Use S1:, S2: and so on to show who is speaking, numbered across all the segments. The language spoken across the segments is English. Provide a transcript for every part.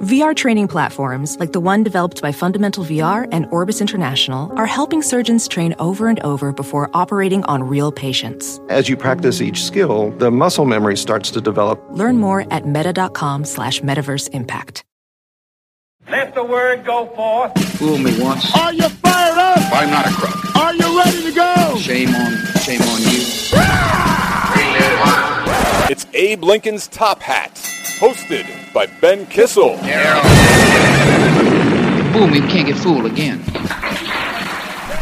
S1: VR training platforms like the one developed by Fundamental VR and Orbis International are helping surgeons train over and over before operating on real patients.
S2: As you practice each skill, the muscle memory starts to develop.
S1: Learn more at meta.com slash metaverse impact.
S3: Let the word go forth.
S4: Fool me once.
S5: Are you fired up?
S4: I'm not a crook.
S5: Are you ready to go?
S4: Shame on, shame on you.
S6: It's Abe Lincoln's Top Hat, hosted by Ben Kissel.
S4: Fool me, we can't get fooled again.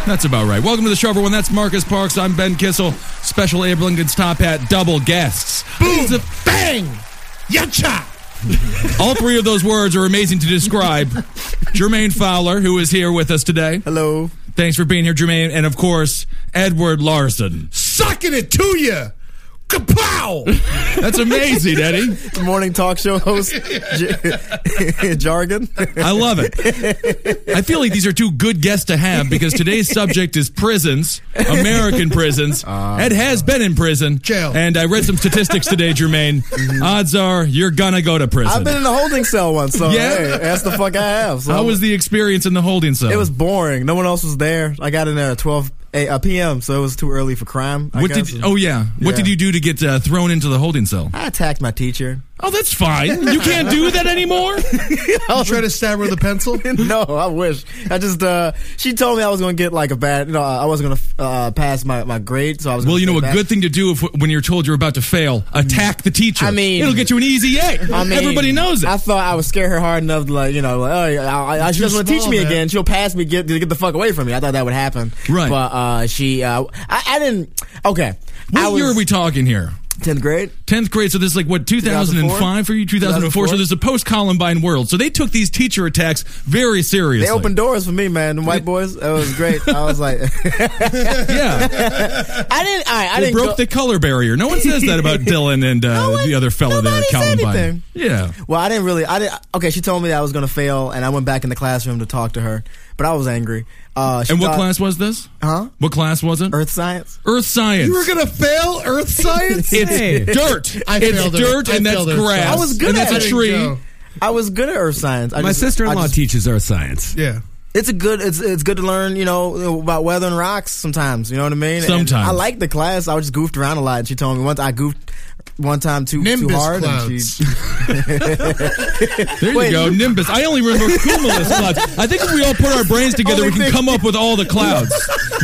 S7: That's about right. Welcome to the show, everyone. That's Marcus Parks. I'm Ben Kissel. Special Abe Lincoln's Top Hat double guests. These are-
S5: Bang! Yacha!
S7: All three of those words are amazing to describe. Jermaine Fowler, who is here with us today.
S5: Hello.
S7: Thanks for being here, Jermaine. And of course, Edward Larson.
S5: Sucking it to you! Kapow!
S7: That's amazing, Eddie.
S8: morning talk show host j- jargon.
S7: I love it. I feel like these are two good guests to have because today's subject is prisons, American prisons.
S8: Ah.
S7: Ed has been in prison.
S5: Jail.
S7: And I read some statistics today, Jermaine. Odds are you're going to go to prison.
S8: Mm-hmm. I've been in a holding cell once, so
S7: Yeah?
S8: hey, that's the fuck I have. So
S7: How was the experience in the holding cell?
S8: It was boring. No one else was there. I got in there at twelve a, uh, p.m., so it was too early for crime. I
S7: What
S8: guess.
S7: did? Oh yeah. What
S8: Yeah.
S7: did you do to get uh, thrown into the holding cell?
S8: I attacked my teacher.
S7: Oh, that's fine. You can't do that anymore.
S5: I'll try to stab her with a pencil.
S8: no, I wish. I just uh, she told me I was going to get like a bad. You know, I wasn't going to uh, pass my, my grade, so I was.
S7: Well,
S8: gonna
S7: you know,
S8: stay
S7: a
S8: back.
S7: good thing to do if, when you're told you're about to fail, attack the teacher.
S8: Mm. I mean-
S7: it'll get you an easy A.
S8: I mean,
S7: Everybody knows it.
S8: I thought I would scare her hard enough, to like you know, like, oh, I, I, I, she
S5: Too
S8: doesn't want to teach
S5: small,
S8: me
S5: man.
S8: again. She'll pass me, get get the fuck away from me. I thought that would happen,
S7: Right.
S8: But uh, she, uh, I, I didn't. Okay,
S7: what
S8: I was
S7: year are we talking here?
S8: Tenth grade.
S7: Tenth grade. So this is like what 2005 for you, 2004. So
S8: 2004?
S7: this is a post Columbine world. So they took these teacher attacks very seriously.
S8: They opened doors for me, man. The white boys. It was great. I was like,
S7: yeah,
S8: I didn't. I, I
S7: they
S8: didn't.
S7: broke
S8: go-
S7: the color barrier. No one says that about Dylan and uh,
S8: No one-
S7: the other fella there, at
S8: nobody said
S7: Columbine.
S8: anything.
S7: Yeah.
S8: well, I didn't really. I didn't. Okay, she told me that I was gonna fail, and I went back in the classroom to talk to her, but I was angry. Uh, she
S7: And what
S8: thought-
S7: class was this?
S8: Huh?
S7: What class was it?
S8: Earth science.
S7: Earth science.
S5: You were gonna fail Earth science?
S7: it's dirt.
S5: I
S7: it's
S5: failed her.
S7: dirt,
S5: I
S7: and that's
S5: failed her.
S7: grass.
S8: I was good
S7: and
S8: at
S7: that's
S8: it.
S7: a tree.
S5: There you go.
S8: I was good at earth science. I
S9: My
S8: just- I
S9: sister-in-law
S8: just-
S9: teaches earth science.
S5: yeah.
S8: it's a good it's it's good to learn you know about weather and rocks sometimes you know what I mean And
S7: Sometimes.
S8: I liked the class I just goofed around a lot and she told me once I goofed one time too
S5: Nimbus
S8: too hard and
S5: clouds.
S8: she
S7: There you
S8: Wait.
S7: go. Nimbus. I only remember cumulus clouds. I think if we all put our brains together, we
S8: Only
S7: can
S8: thing-
S7: come up with all the clouds.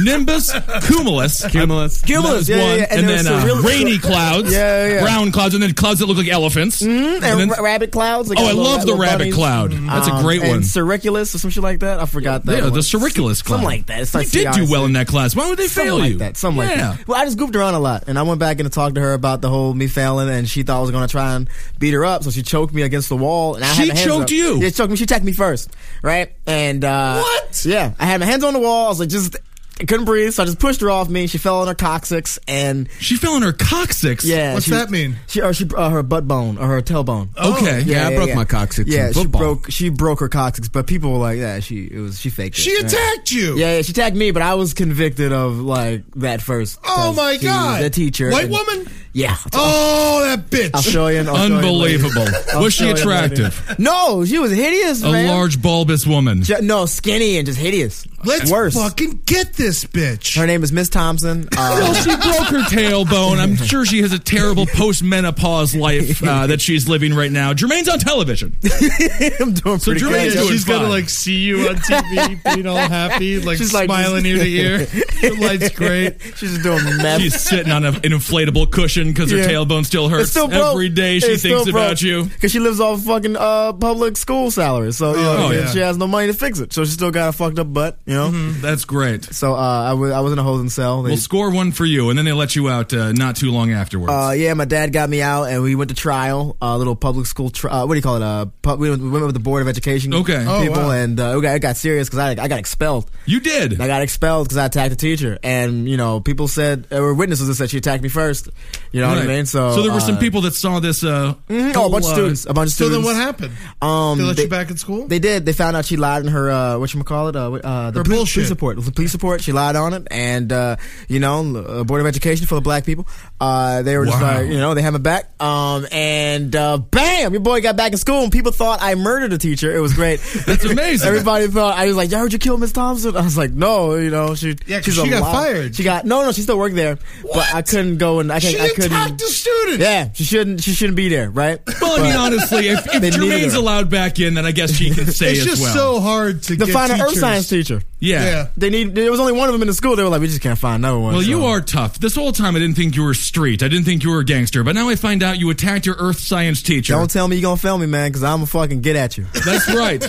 S7: Nimbus, cumulus,
S9: Cumulus.
S7: That
S8: Cumulus,
S7: was
S8: yeah, yeah,
S7: one,
S8: yeah. And
S7: and,
S8: there
S7: then
S8: was
S7: uh,
S8: surreal-
S7: rainy clouds,
S8: Yeah, yeah, yeah.
S7: brown clouds, and then clouds that look like elephants. Mm-hmm.
S8: and, ra- rabbit clouds like
S7: Oh, I
S8: little-
S7: love the
S8: little
S7: rabbit
S8: bunnies.
S7: cloud. That's a
S8: Um,
S7: great
S8: and
S7: one.
S8: Cirriculus or some shit like that I forgot that
S7: yeah,
S8: one.
S7: the cirriculus cloud.
S8: something like that It's
S7: You
S8: like
S7: did do
S8: CRC.
S7: well in that class. Why would they
S8: Something
S7: fail
S8: like
S7: you?
S8: that. Something like
S7: yeah.
S8: that. Well, I just goofed around a lot, and I went back in to talk to her about the whole me failing, and she thought I was going to try and beat her up, so she choked me against the wall, and I
S7: She
S8: had my hands
S7: choked
S8: up.
S7: you?
S8: Yeah, she choked me. She attacked me first, right? And uh,
S7: What?
S8: Yeah, I had my hands on the wall. I was like, just I couldn't breathe, so I just pushed her off me. She fell on her coccyx, and
S7: She fell on her coccyx.
S8: yeah,
S5: What's
S8: she-
S5: that mean?
S8: She or she uh, her butt bone or her tailbone.
S7: Okay.
S9: Yeah, I broke my coccyx
S8: Yeah,
S9: in
S8: she
S9: football.
S8: broke she broke her coccyx, but people were like, yeah, she it was she faked it.
S5: She
S8: Yeah.
S5: attacked you.
S8: Yeah, yeah, she tagged me, but I was convicted of like that first.
S5: Oh my
S8: She was
S5: god.
S8: The teacher,
S5: White
S8: and-
S5: woman?
S8: Yeah,
S5: Oh that
S8: I'll
S5: bitch.
S8: show you. I'll show you later.
S7: Unbelievable.
S8: I'll
S7: Was she
S8: show you later.
S7: attractive?
S8: No, she was hideous,
S7: A
S8: man.
S7: large bulbous woman.
S8: Ju- no, skinny and just hideous.
S5: Let's
S8: worse.
S5: fucking get this bitch.
S8: Her name is Miss Thompson.
S7: Well,
S8: Uh,
S7: she broke her tailbone. I'm sure she has a terrible post-menopause life uh, that she's living right now. Jermaine's on television.
S8: I'm doing pretty
S7: Jermaine
S8: good.
S7: is doing
S10: she's gonna
S7: fine.
S10: like see you on TV, being all happy, like
S8: She's like-
S10: smiling ear to ear. Your life's great.
S8: She's just doing meth.
S7: She's sitting on a, an inflatable cushion because her
S8: Yeah.
S7: tailbone still hurts.
S8: It's still broke.
S7: Every day she thinks about you.
S8: because she lives off fucking uh, public school salary, so you know,
S7: Oh, yeah.
S8: she has no money to fix it. So she still got a fucked up butt. You know?
S7: That's great.
S8: So uh, I, w- I was in a holding cell. They-
S7: We'll score one for you, and then they let you out uh, not too long afterwards.
S8: Uh, yeah, my dad got me out, and we went to trial. uh, A little public school. Tri- uh, what do you call it? Uh, pub- we went we went with the board of education.
S7: Okay.
S8: people,
S7: Oh, wow.
S8: and uh, it got, it got serious because I, I got expelled.
S7: You did.
S8: I got expelled because I attacked a teacher, and you know, people said or witnesses that said she attacked me first. You know what I
S7: Right.
S8: mean? So,
S7: there were some
S8: uh,
S7: people that saw this. Uh,
S8: Oh, a bunch
S7: whole,
S8: of
S7: uh,
S8: students. A bunch of
S10: So
S8: students.
S10: then what happened?
S8: Um,
S10: They let you back at school?
S8: They did. They found out she lied in her uh, what you call it, uh, wh- uh, the
S10: Her
S8: police,
S10: bullshit.
S8: police report. The police report. She lied on it, and uh, you know, uh, board of education full of black people. Uh, they were just
S7: Wow.
S8: like, you know, they had my back. Um, and uh, bam, your boy got back in school, and people thought I murdered a teacher. It was great.
S7: That's amazing.
S8: Everybody thought I was like, "Yo, heard you kill Miss Thompson?" I was like, "No, you know, she
S10: Yeah, 'cause
S8: she's
S10: she
S8: a
S10: got
S8: liar."
S10: fired.
S8: She got no, no, she still worked there, but I couldn't go and I, can't,
S10: She
S8: I couldn't.
S10: attacked a student.
S8: yeah, she shouldn't. She shouldn't be there, right?
S7: Well, I mean,
S8: But-
S7: honestly, if,
S8: They
S7: if
S8: needed
S7: Jermaine's
S8: her.
S7: allowed back in, then I guess she can stay
S10: It's
S7: as
S10: just
S7: well.
S10: so hard to
S8: the
S10: get
S8: fine earth
S10: teachers.
S8: science teacher.
S7: yeah.
S10: Yeah.
S8: They need. There was only one of them in the school. They were like, we just can't find another one.
S7: Well, you
S8: so.
S7: are tough. This whole time, I didn't think you were street. I didn't think you were a gangster. But now I find out you attacked your earth science teacher.
S8: Don't tell me you're gonna fail me, man, because I'm gonna fucking get at you.
S7: That's right.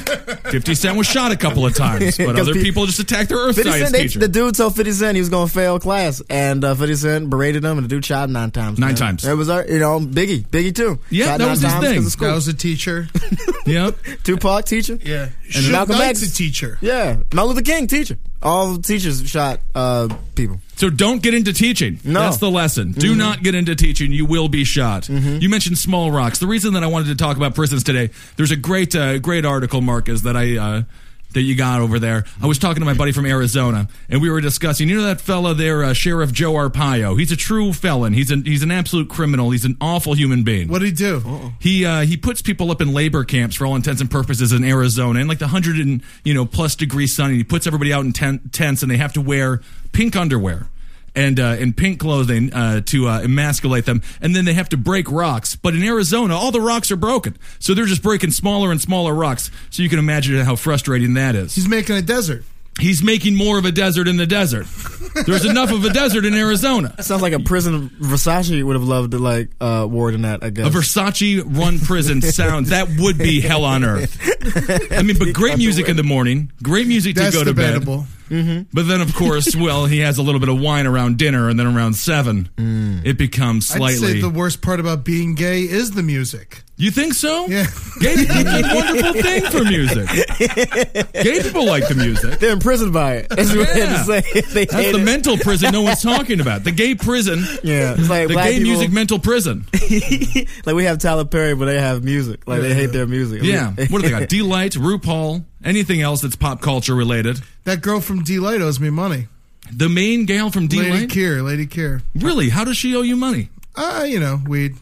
S7: Fifty Cent was shot a couple of times, but
S8: 'Cause
S7: other
S8: pe-
S7: people just attacked their earth
S8: 50
S7: science
S8: Cent, they,
S7: teacher.
S8: the dude told 50 Cent he was gonna fail class, and uh, 50 Cent berated him, and the dude shot him nine times.
S7: Nine
S8: man.
S7: times.
S8: It was, our, you know, Biggie, Biggie too.
S7: Yeah,
S8: Shot
S7: that
S8: nine
S7: was his
S8: times 'cause
S7: thing.
S8: of school.
S10: That was a teacher.
S7: yep.
S8: Tupac teacher.
S10: Yeah.
S8: And
S10: Should
S8: Malcolm
S10: Knight's
S8: X.
S10: a teacher.
S8: Yeah, Martin Luther King teacher. All teachers shot uh, people.
S7: So don't get into teaching.
S8: No.
S7: That's the lesson. Do not get into teaching. You will be shot. You mentioned small rocks. The reason that I wanted to talk about prisons today, there's a great, uh, great article, Marcus, that I. Uh, that you got over there. I was talking to my buddy from Arizona, and we were discussing. You know that fella there, uh, Sheriff Joe Arpaio. He's a true felon. He's an he's an absolute criminal. He's an awful human being.
S10: What did he do?
S7: He uh, he puts people up in labor camps for all intents and purposes in Arizona in like the hundred and you know plus degree sun, and he puts everybody out in ten- tents, and they have to wear pink underwear and uh, and pink clothing uh, to uh, emasculate them, and then they have to break rocks. But in Arizona, all the rocks are broken, so they're just breaking smaller and smaller rocks. So you can imagine how frustrating that is.
S10: He's making a desert.
S7: He's making more of a desert in the desert. There's enough of a desert in Arizona.
S8: Sounds like a prison. Versace would have loved to like uh, warden that. I guess.
S7: A Versace run prison sound that would be hell on earth. I mean, but great music in the morning, great music
S10: That's
S7: to go to
S10: debatable.
S7: bed. But then, of course, well, he has a little bit of wine around dinner, and then around seven, it becomes
S10: Mm. I'd say
S7: slightly.
S10: the worst part about being gay is the music.
S7: you think so?
S10: Yeah.
S7: Gay people do a wonderful thing for music. Gay people like the music.
S8: They're imprisoned by it. That's what I had to say. they
S7: That's
S8: hate
S7: the
S8: it.
S7: mental prison no one's talking about. The gay prison.
S8: Yeah, it's like
S7: The
S8: black
S7: gay
S8: people-
S7: music mental prison.
S8: like we have Tyler Perry, but they have music. Like they hate their music.
S7: Yeah. What do they got? D Light, RuPaul, anything else that's pop culture related.
S10: That girl from D Light owes me money.
S7: The main gal from D
S10: Lady
S7: Lane?
S10: Kier, Lady Kier.
S7: Really? How does she owe you money?
S10: Uh, you know, weed.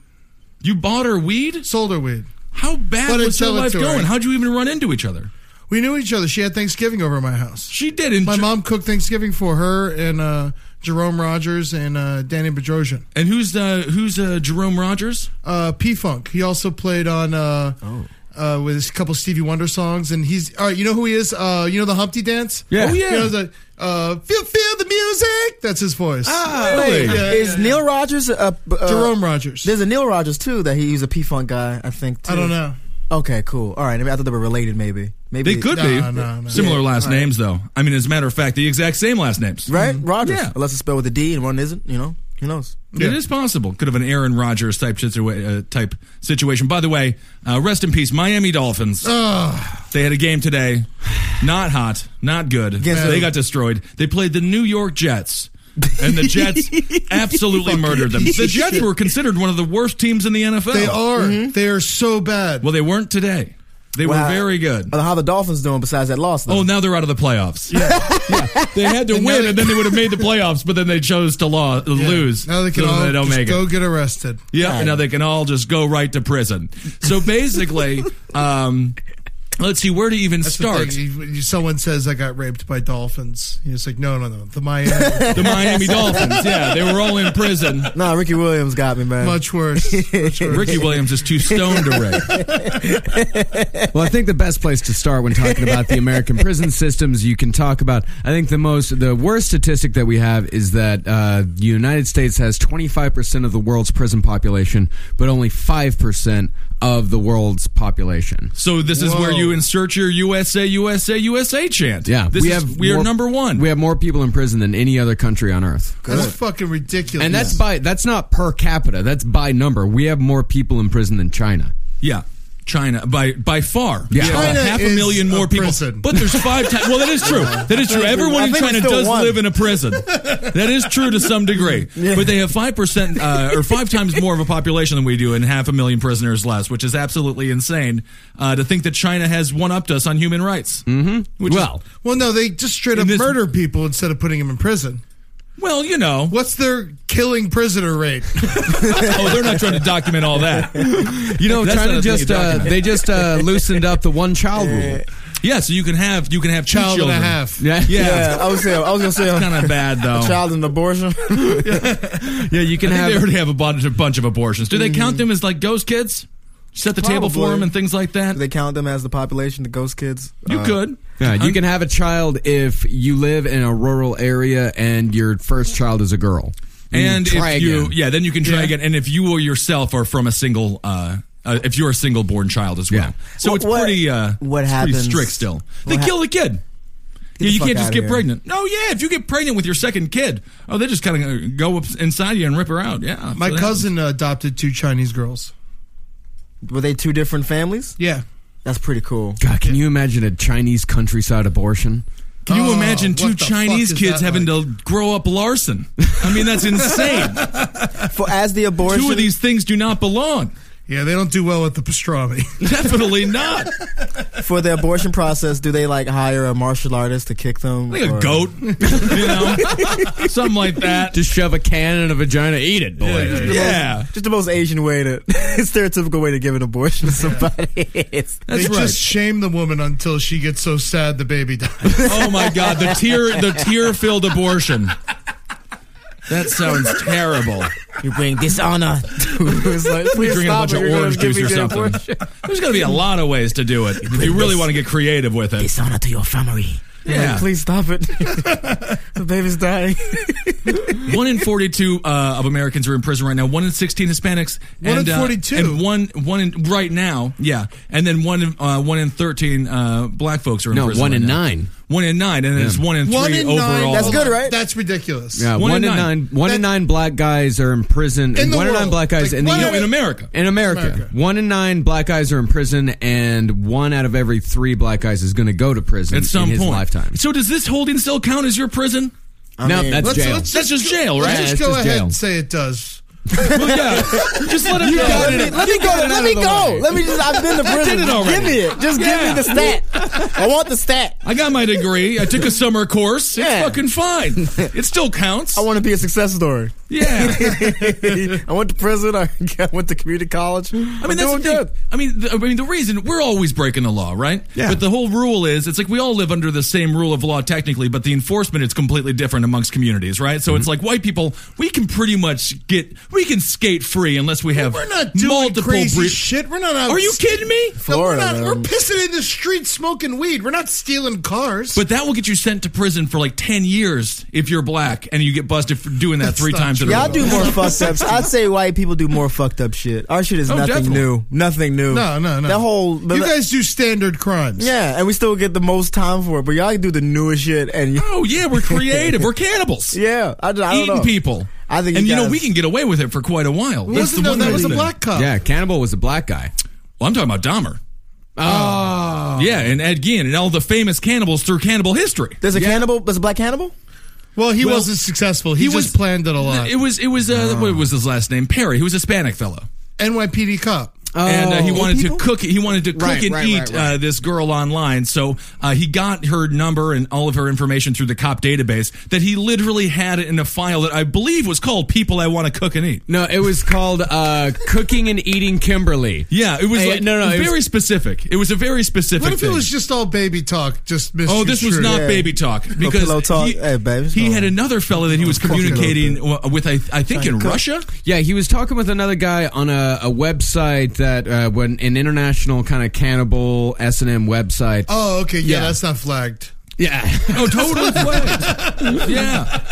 S7: You bought her weed?
S10: Sold her weed.
S7: How bad
S10: Let her
S7: was your
S10: tell it
S7: life
S10: to her.
S7: going? How'd you even run into each other?
S10: We knew each other. She had Thanksgiving over at my house.
S7: She did. And,
S10: My
S7: Jer-
S10: mom cooked Thanksgiving for her and uh, Jerome Rogers and uh, Danny Bedrosian.
S7: and who's uh, who's uh, Jerome Rogers?
S10: Uh, P Funk. He also played on uh,
S7: Oh.
S10: uh, with a couple Stevie Wonder songs, and he's all right. You know who he is? Uh, you know the Humpty Dance?
S7: Yeah. Oh, yeah.
S10: You know, the, uh, feel feel the music. That's his voice.
S7: Ah, Really?
S8: Is Neil Rogers a uh,
S10: Jerome Rogers.
S8: There's a Neil Rogers too that he, he's a P Funk guy. I think. Too.
S10: I don't know.
S8: Okay, cool. All right, I, mean, I thought they were related. Maybe. Maybe
S7: They could
S10: No,
S7: be.
S10: no, no.
S7: Similar
S10: Yeah,
S7: last names, though. I mean, as a matter of fact, the exact same last names.
S8: Right, Rogers.
S7: Mm-hmm. Yeah.
S8: Unless it's spelled with a D and one isn't. You know. Who knows?
S7: It is possible. Could have an Aaron Rodgers type, situa- uh, type situation. By the way, uh, rest in peace, Miami Dolphins. They had a game today. Not hot, not good.
S8: Guess
S7: they
S8: who?
S7: got destroyed. They played the New York Jets. and the Jets absolutely murdered them. The Jets were considered one of the worst teams in the NFL.
S10: They are. They are so bad.
S7: Oh. Mm-hmm. Well, they weren't today. They
S8: Wow.
S7: were very good.
S8: How the Dolphins doing besides that loss? Though?
S7: Oh, now they're out of the playoffs. Yeah. They had to
S10: And now
S7: win,
S10: they-
S7: and then they would have made the playoffs, but then they chose to law, lose.
S10: Now they can
S7: so
S10: all
S7: they don't
S10: just
S7: make it.
S10: go get arrested.
S7: Yeah, and now they can all just go right to prison. So basically, um, let's see where to even
S10: That's the
S7: start.
S10: thing. You- you- Someone says I got raped by dolphins. You're just like, no, no, no. The Miami.
S7: The Miami Dolphins. Yeah, they were all in prison.
S8: Nah, Ricky Williams got me, man.
S10: much worse. Much worse.
S7: Ricky Williams is too stoned to rape.
S9: Well, I think the best place to start when talking about the American prison systems, you can talk about. I think the most, the worst statistic that we have is that uh, the United States has 25% of the world's prison population, but only 5% of the world's population.
S7: So this is where you insert your USA, USA, USA chant.
S9: Yeah,
S7: this is, we are
S9: more-
S7: number one.
S9: We have more people in prison than any other country on earth.
S10: That's fucking ridiculous.
S9: And that's by that's not per capita. That's by number. We have more people in prison than China.
S7: Yeah. China by by far,
S9: Yeah.
S7: We have
S9: China
S7: half a
S9: is
S7: million more
S9: a
S7: people.
S9: prison.
S7: But there's five times. Well, that is true. That is true.
S9: I
S7: Everyone in
S9: think
S7: China
S9: it's still
S7: does
S9: one.
S7: live in a prison. That is true to some degree. But they have five percent uh, or five times more of a population than we do, and half a million prisoners less, which is absolutely insane uh, to think that China has one upped us on human rights. Mm-hmm. Which well,
S10: Well, no, they just straight up murder people instead of putting them in prison.
S7: Well, you know.
S10: What's their killing prisoner rate?
S7: oh, they're not trying to document all that.
S9: You know,
S7: That's
S9: China
S7: not a thing you
S9: just uh,
S7: document.
S9: they just uh, loosened up the one child rule.
S7: Yeah, so you can have you can have two
S9: Child and a
S7: children.
S9: half.
S7: Yeah,
S9: Yeah, I was saying- I was gonna say-
S7: kind of bad though.
S8: A child and abortion.
S7: Yeah, you can
S9: Oh. I think
S7: have.
S9: they
S7: They
S9: already
S7: already have a bunch, a bunch of abortions. Do they
S9: Mm-hmm.
S7: count them as like ghost kids? Set the table for them and things like that.
S8: They count them as the population, the ghost kids. Uh,
S7: You could.
S9: Uh, Yeah, you can have a child if you live in a rural area and your first child is a girl.
S7: And
S9: try
S7: if you,
S9: again.
S7: yeah, then you can try again. And if you or yourself are from a single, uh, uh, if you're a single born child as well,
S9: Yeah.
S7: so
S9: What-
S7: it's
S9: what-
S7: pretty, uh,
S9: what
S7: it's pretty
S9: happens-
S7: strict still. They
S9: what hap-
S7: kill the kid.
S9: Get
S7: yeah,
S9: the
S7: you
S9: fuck
S7: can't just
S9: outta
S7: get
S9: here.
S7: pregnant. No, yeah, if you get pregnant with your second kid, oh, they just kind of go up inside you and rip her out. Yeah, that's
S10: My
S7: what happens.
S10: cousin adopted two Chinese girls.
S8: Were they two different families?
S10: Yeah.
S8: That's pretty cool.
S9: God, can you imagine a Chinese countryside abortion?
S7: Can
S9: Oh,
S7: you imagine
S10: what
S7: two
S10: the fuck
S7: Chinese
S10: is
S7: kids
S10: that
S7: having to grow up Larson? I mean, that's insane.
S8: For as the abortion,
S7: two of these things do not belong.
S10: Yeah, they don't do well with the pastrami.
S7: Definitely not.
S8: for the abortion process, do they like hire a martial artist to kick them?
S7: Like a
S8: or-
S7: goat, you know, something like that.
S9: Just shove a can in a vagina, eat it, boy.
S7: Yeah,
S8: The most- just the most Asian way to stereotypical way to give an abortion to somebody. It's-
S10: they just shame the woman until she gets so sad the baby dies.
S7: oh my god, the tear, the tear-filled abortion. That sounds terrible.
S8: you bring dishonor. it's like,
S7: We
S8: please
S7: drinking a
S8: stop
S7: bunch
S8: it,
S7: of
S8: you're gonna
S7: orange
S8: give
S7: juice
S8: me
S7: or
S8: the
S7: something.
S8: abortion.
S7: There's got to be a lot of ways to do it if you really want to get creative with it.
S8: Dishonor to your family.
S7: Yeah.
S8: Like, please stop it. the baby's dying.
S7: one in 42 uh, of Americans are in prison right now. One in 16 Hispanics.
S10: One in
S7: and, uh,
S10: 42?
S7: and one one in right now. Yeah, and then one in, uh, one in 13 uh, black folks are in
S9: No,
S7: prison.
S9: one
S7: right
S9: in
S7: now.
S9: nine.
S7: One in nine, and then it's one in three
S10: One in
S7: overall.
S10: nine.
S8: That's good, right?
S10: That's ridiculous.
S9: Yeah, one, in nine. One in nine black guys are in prison.
S10: In the
S9: one in nine
S10: world.
S9: black guys
S10: Like,
S9: in the
S10: one
S9: U-
S10: out of-
S7: in America.
S9: In America.
S10: America.
S9: one in nine black guys are in prison, and one out of every three black guys is going to go to prison
S7: At some
S9: in his
S7: point,
S9: lifetime.
S7: So does this holding cell count as your prison?
S8: I
S9: no,
S8: mean,
S9: that's
S10: Let's,
S9: jail.
S10: let's
S7: That's just jail,
S10: let's
S7: right?
S10: just
S9: it's
S10: go
S9: just
S10: ahead
S9: jail.
S10: and say it does.
S7: Well, yeah. Just let it go.
S8: Let me, let me go. Let me go. Let me just. I've been to prison.
S7: it already.
S8: Give me it. Just
S7: Yeah.
S8: give me the stat. I want the stat.
S7: I got my degree. I took a summer course. It's
S8: Yeah.
S7: fucking fine. It still counts.
S8: I want to be a success story.
S7: yeah.
S8: I went to prison. I went to community college. I
S7: I mean, that's the thing. I mean, the, I mean, the reason we're always breaking the law, right?
S8: Yeah.
S7: But the whole rule is, it's like we all live under the same rule of law technically, but the enforcement is completely different amongst communities, right? So
S10: Mm-hmm.
S7: it's like white people, we can pretty much get, we can skate free unless we have
S10: We're not doing
S7: multiple
S10: crazy
S7: bre-
S10: shit. We're not out.
S7: Are you kidding me?
S10: No, we're,
S8: Florida,
S10: not, we're
S8: man.
S10: pissing in the street smoking weed. We're not stealing cars.
S7: But that will get you sent to prison for like ten years if you're black and you get busted for doing that three
S10: not
S7: times. in a
S8: Y'all
S7: row.
S8: do more fucked up. I'd say white people do more fucked up shit. Our shit is
S7: Oh,
S8: nothing
S7: definitely.
S8: new. Nothing new.
S10: no, no, no.
S8: That whole
S10: you guys do standard crimes.
S8: Yeah, and we still get the most time for it. But y'all do the newest shit. And
S7: Oh yeah, we're creative. we're cannibals.
S8: yeah, I, I don't
S7: eating
S8: know.
S7: people.
S8: I think
S7: and
S8: you
S7: you know
S8: guys-
S7: we can get away with it for quite a while.
S10: It
S7: That's
S10: wasn't
S7: the
S10: no,
S7: one
S10: that was a
S7: thing.
S10: black cop.
S9: yeah, Cannibal was a black guy.
S7: Well, I'm talking about Dahmer. Oh. Yeah, and Ed Gein and all the famous cannibals through cannibal history.
S8: There's a cannibal. There's a black cannibal.
S10: Well, he
S7: Well,
S10: wasn't successful. He, just planned it a lot. Oh.
S7: It was it was uh, what was his last name? Perry. He was a Hispanic fellow.
S10: NYPD cop.
S7: and
S9: Oh.
S10: Oh,
S7: uh, he wanted to
S8: people?
S7: cook. He wanted to cook
S9: Right,
S7: and
S9: right,
S7: eat
S9: right, right.
S7: Uh, this girl online. So uh, he got her number and all of her information through the cop database that he literally had in a file that I believe was called "People I Want to Cook and Eat."
S9: No, it was called uh, Cooking and Eating Kimberly.
S7: Yeah, it was
S9: Hey,
S7: like
S9: no, no, it was-
S7: very specific. It was a very specific.
S10: What if it
S7: thing.
S10: was just all baby talk? Just
S7: Oh, this was
S10: misconstrued?
S7: not
S8: Yeah.
S7: baby talk because
S8: pillow talk.
S7: he,
S8: Hey, babe, it's
S7: he
S8: all
S7: had
S8: right.
S7: another fella that he was
S8: fucking
S7: communicating w- with. I, I think in
S8: cook.
S7: Russia.
S9: Yeah, he was talking with another guy on a, a website that uh, when an international kind of cannibal S and M website.
S10: Oh, okay. Yeah,
S9: Yeah.
S10: that's not flagged.
S9: Yeah.
S7: Oh, totally flanked. yeah.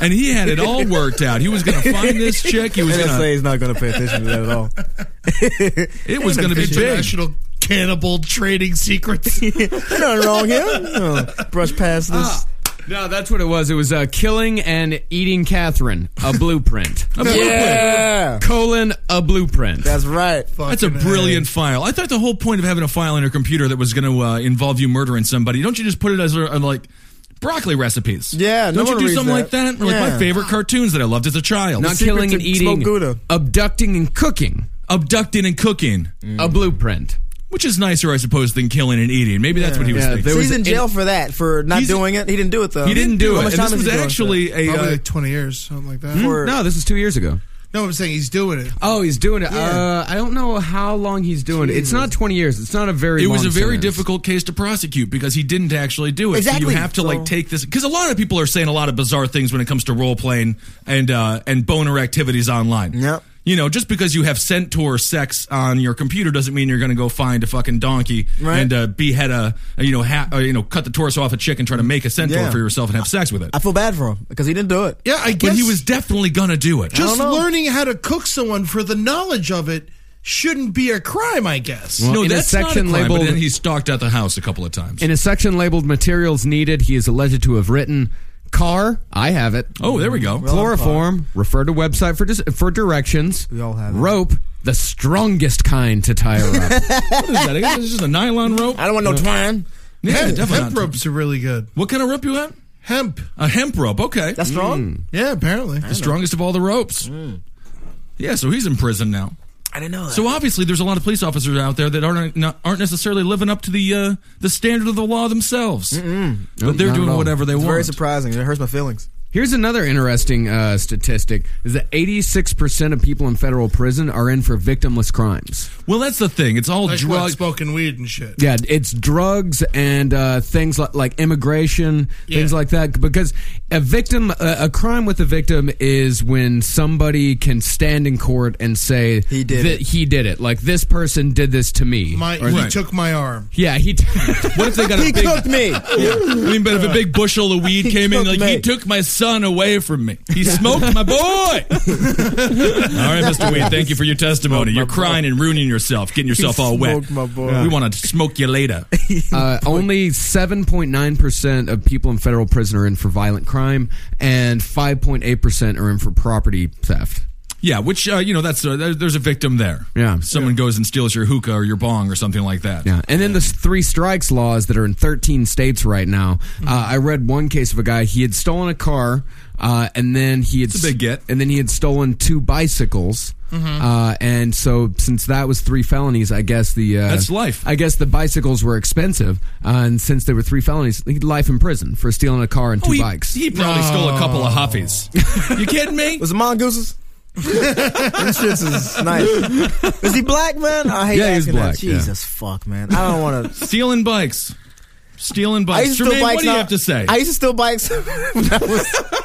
S7: And he had it all worked out. He was going to find this chick. He was going
S8: NSA
S7: to.
S8: is not going to pay attention to that at all.
S7: It was going to be big.
S10: international cannibal trading secrets.
S8: Nothing wrong here. No, brush past this.
S9: Ah. No, that's what it was. It was uh, killing and eating Catherine, a blueprint. a
S8: yeah,
S9: colon, a blueprint.
S8: that's right.
S7: That's a brilliant file. I thought the whole point of having a file on your computer that was going to uh, involve you murdering somebody, don't you just put it as a, a, like broccoli recipes?
S8: Yeah, no
S7: don't you
S8: one
S7: do
S8: reads
S7: something
S8: that.
S7: like that? Or like
S8: Yeah.
S7: my favorite cartoons that I loved as a child.
S9: Not
S8: secret
S9: killing
S8: to
S9: and eating,
S8: smoked Gouda.
S9: abducting and cooking,
S7: abducting and cooking,
S9: a blueprint.
S8: Uh,
S7: which is nicer, I suppose, than killing and eating. Maybe that's what he was
S9: Yeah,
S7: thinking.
S9: there
S8: So
S9: was
S8: he's in
S9: an-
S8: jail for that for not
S7: He's-
S8: doing it. He didn't do it though.
S7: he didn't do
S8: How
S7: it.
S8: much
S7: And
S8: time
S7: this
S8: is
S7: was
S8: he doing for
S7: actually a.
S10: Probably
S7: Uh,
S10: like 20 years, something like that.
S7: Hmm?
S8: that? For-
S9: No, this was two years ago.
S10: No, I'm saying he's doing it.
S9: Oh, he's doing it. Uh, I don't know how long he's doing it. It's not 20 years. It's not a very
S7: it was
S9: long
S7: a very
S9: sentence.
S7: difficult case to prosecute because he didn't actually do it. So
S8: Exactly.
S7: you have to like
S8: So-
S7: take this because a lot of people are saying a lot of bizarre things when it comes to role playing and uh, and boner activities online.
S8: Yep.
S7: You know, just because you have centaur sex on your computer doesn't mean you're going to go find a fucking donkey
S8: Right.
S7: and uh, behead a you know ha- uh, you know cut the torso off a chick and try to make a centaur
S8: Yeah.
S7: for yourself and have sex with it.
S8: I feel bad for him because he didn't do it.
S10: Yeah, I guess
S7: but he was definitely going to do it.
S10: just
S8: know.
S10: learning how to cook someone for the knowledge of it shouldn't be a crime, I guess.
S9: Well,
S7: no,
S9: in a
S7: that's
S9: section
S7: not a crime,
S9: labeled-
S7: But then he stalked out the house a couple of times.
S9: In a section labeled materials needed, he is alleged to have written car. I have it.
S7: Oh, there we go.
S9: Chloroform. Refer to website for dis- for directions. We
S8: all have it.
S9: rope. The strongest kind to tie her up.
S7: what is that? I guess it's just a nylon rope.
S8: I don't want no twine.
S7: Yeah,
S10: hemp,
S7: definitely
S10: hemp
S7: not.
S10: ropes are really good.
S7: What kind of rope you have?
S10: Hemp.
S7: A hemp Mm. rope. Okay.
S8: That's strong.
S10: Yeah, apparently.
S7: the strongest of all the ropes. Yeah, so he's in prison now.
S8: I didn't know that.
S7: So obviously, there's a lot of police officers out there that aren't not, aren't necessarily living up to the uh, the standard of the law themselves, but they're
S9: not at
S7: doing
S9: all.
S7: whatever they
S8: it's
S7: want.
S8: very surprising. It hurts my feelings.
S9: Here's another interesting uh, statistic: is that 86 percent of people in federal prison are in for victimless crimes.
S7: Well, that's the thing. It's all
S10: Like what,
S7: drugs.
S10: smoking weed and shit.
S9: Yeah, it's drugs and uh, things like, like immigration, things
S10: Yeah.
S9: like that. Because a victim, a, a crime with a victim is when somebody can stand in court and say
S8: He did
S9: that
S8: it.
S9: he did it. Like this person did this to me.
S10: My,
S9: Or-
S10: he
S7: Right.
S10: took my arm.
S9: yeah, he. T-
S7: What if they got a
S8: He
S7: big?
S8: cooked me.
S7: Yeah. I mean, but if a big bushel of weed
S8: He
S7: came in, like
S8: smoked
S7: he
S8: me.
S7: took my son away from me. He smoked my boy. all right, Mister Weed, thank you for your testimony. You're crying and ruining yourself, getting yourself all wet.
S8: smoked my boy.
S7: We want to smoke you later.
S9: Uh, only 7.9% of people in federal prison are in for violent crime, and 5.8% are in for property theft.
S7: Yeah, which uh, you know that's uh, there, there's a victim there.
S9: Yeah.
S7: someone goes and steals your hookah or your bong or something like that.
S9: Yeah, and then the three strikes laws that are in 13 states right now.
S7: Mm-hmm.
S9: Uh, I read one case of a guy he had stolen a car, uh, and then he had
S7: It's a big get. Mm-hmm.
S9: and then he had stolen two bicycles. Uh, and so, since that was three felonies, I guess the uh,
S7: That's life.
S9: I guess the bicycles were expensive, uh, and since there were three felonies, he had life in prison for stealing a car and two
S7: Oh, he,
S9: bikes.
S7: he probably stole a couple of
S8: Oh.
S7: huffies. you kidding me?
S8: Was it mongooses? this shit is nice. Is he black, man? I hate
S9: Yeah, he was
S8: asking
S9: black,
S8: that.
S9: yeah.
S8: Jesus fuck, man. I don't want to.
S7: Stealing bikes, stealing
S8: I
S7: bikes.
S8: used to
S7: Jermaine,
S8: steal bikes.
S7: what do you
S8: now-
S7: have to say?
S8: I used to steal bikes when I was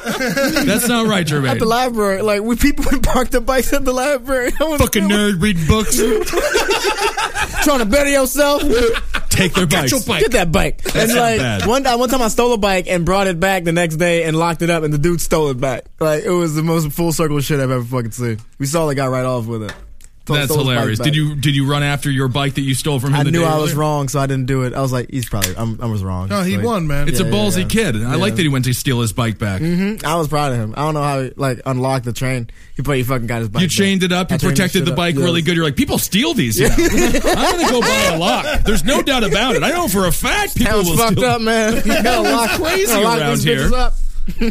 S7: that's not right,
S8: at the
S7: Jermaine.
S8: library. Like we people would park their bikes at the library. I was
S7: Fucking nerd, reading books,
S8: trying to better yourself.
S7: take their bikes.
S8: Get that bike. and
S7: not
S8: like
S7: bad.
S8: one time, one time I stole a bike and brought it back the next day and locked it up, and the dude stole it back. Like it was the most full circle shit I've ever fucking seen. We saw the guy right off with it. Stole-
S7: That's
S8: stole his bike
S7: hilarious.
S8: back.
S7: Did you did you run after your bike that you stole from him?
S8: I
S7: the
S8: knew
S7: day
S8: I was
S7: earlier?
S8: wrong, so I didn't do it. I was like, he's probably I'm, I was wrong.
S10: No, he
S8: Like,
S10: won, man.
S7: It's a
S8: Yeah,
S7: ballsy
S8: yeah.
S7: kid. I like that he went to steal his bike back.
S8: I was proud of him. I don't know how he like unlocked the train. He probably fucking got his bike.
S7: You
S8: back.
S7: chained it up.
S8: I
S7: You
S8: chained
S7: protected
S8: shit
S7: the
S8: up,
S7: bike
S8: yes.
S7: really good. You're like, people steal these. You know? I'm gonna go buy a lock. There's no doubt about it. I know for a fact people
S8: Town's
S7: will
S8: fucked
S7: steal.
S8: up, man. You gotta lock,
S7: crazy
S8: gotta lock
S7: around
S8: these
S7: here.
S8: bitches Up.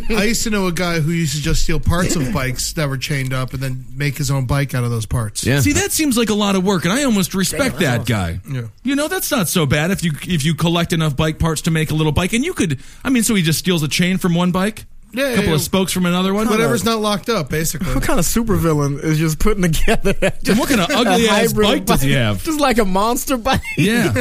S10: I used to know a guy who used to just steal parts of bikes that were chained up and then make his own bike out of those parts.
S9: Yeah.
S7: See, that seems like a lot of work, and I almost respect that guy.
S10: Yeah.
S7: You know, that's not so bad if you if you collect enough bike parts to make a little bike, and you could. I mean, so he just steals a chain from one bike,
S10: Yeah,
S7: a couple
S10: yeah,
S7: of
S10: yeah.
S7: spokes from another one,
S10: Whatever's not locked up, basically.
S8: What kind of supervillain is just putting together?
S7: And what kind of
S8: a
S7: ugly ass
S8: hybrid
S7: bike does he have?
S8: Just like a monster bike.
S7: Yeah.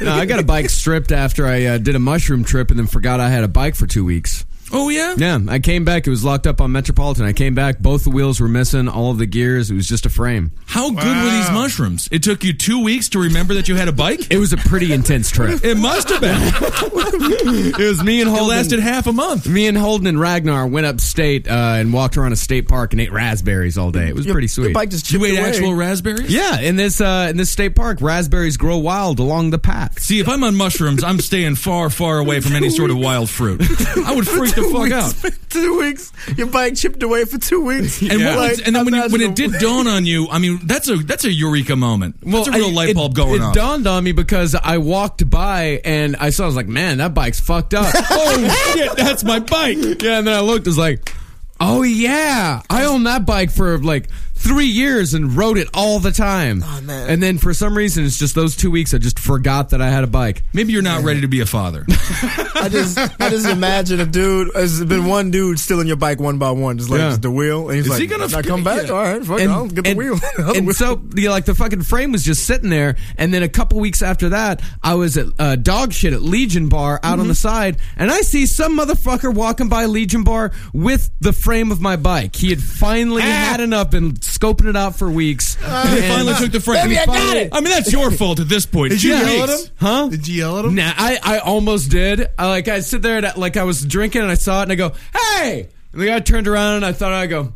S9: No, I got a bike stripped after I uh, did a mushroom trip and then forgot I had a bike for two weeks.
S7: Oh yeah,
S9: yeah. I came back. It was locked up on Metropolitan. I came back. Both the wheels were missing. All of the gears. It was just a frame.
S7: How good were these mushrooms? It took you two weeks to remember that you had a bike.
S9: It was a pretty intense trip.
S7: It must have been.
S9: it was me and Holden.
S7: lasted half a month.
S9: Me and Holden and Ragnar went upstate uh, and walked around a state park and ate raspberries all day. It was pretty sweet.
S8: Your bike just
S7: you
S8: chipped
S7: ate
S8: away.
S7: actual raspberries.
S9: yeah, in this uh, in this state park, raspberries grow wild along the path.
S7: See, if I'm on mushrooms, I'm staying far, far away from any sort of wild fruit. I would freak the
S8: Two
S7: fuck
S8: weeks.
S7: out.
S8: two weeks. Your bike chipped away for two weeks.
S7: And, what was- and then when, you, when it did
S8: Imagine-
S7: dawn on you, I mean, that's a that's a eureka moment. Well, that's a real
S9: I-
S7: light
S9: it-
S7: bulb
S9: It
S7: going off.
S9: dawned on me because I walked by and I saw. I was like, "Man, that bike's fucked up." oh shit, that's my bike. Yeah, and then I looked. I was like, "Oh yeah, I owned that bike for like three years and rode it all the time."
S8: Oh, man.
S9: And then for some reason, it's just those two weeks. I just forgot that I had a bike.
S7: Maybe you're not ready to be a father.
S8: I just, I just imagine a dude. There's been one dude stealing your bike one by one, just like
S9: Yeah.
S8: just the wheel, and he's
S7: Is
S8: like,
S7: he gonna
S8: "Now come back?
S7: yeah.
S8: All right, fuck, I'll get the wheel." I'll
S9: and
S8: wheel.
S9: so, yeah, like the fucking frame was just sitting there. And then a couple weeks after that, I was at uh, dog shit at Legion Bar out on the side, and I see some motherfucker walking by Legion Bar with the frame of my bike. He had finally had enough and scoping it out for weeks.
S7: And they finally took the frame.
S9: Maybe I got it.
S7: I mean, that's your fault at this point.
S10: Did you
S7: Two
S10: yell at
S7: weeks.
S10: him?
S9: Huh?
S10: Did you yell at him?
S9: Nah, I, I almost did. I like I sit there and I- like I was drinking and I saw it and I go, hey! And the guy turned around and I thought I go,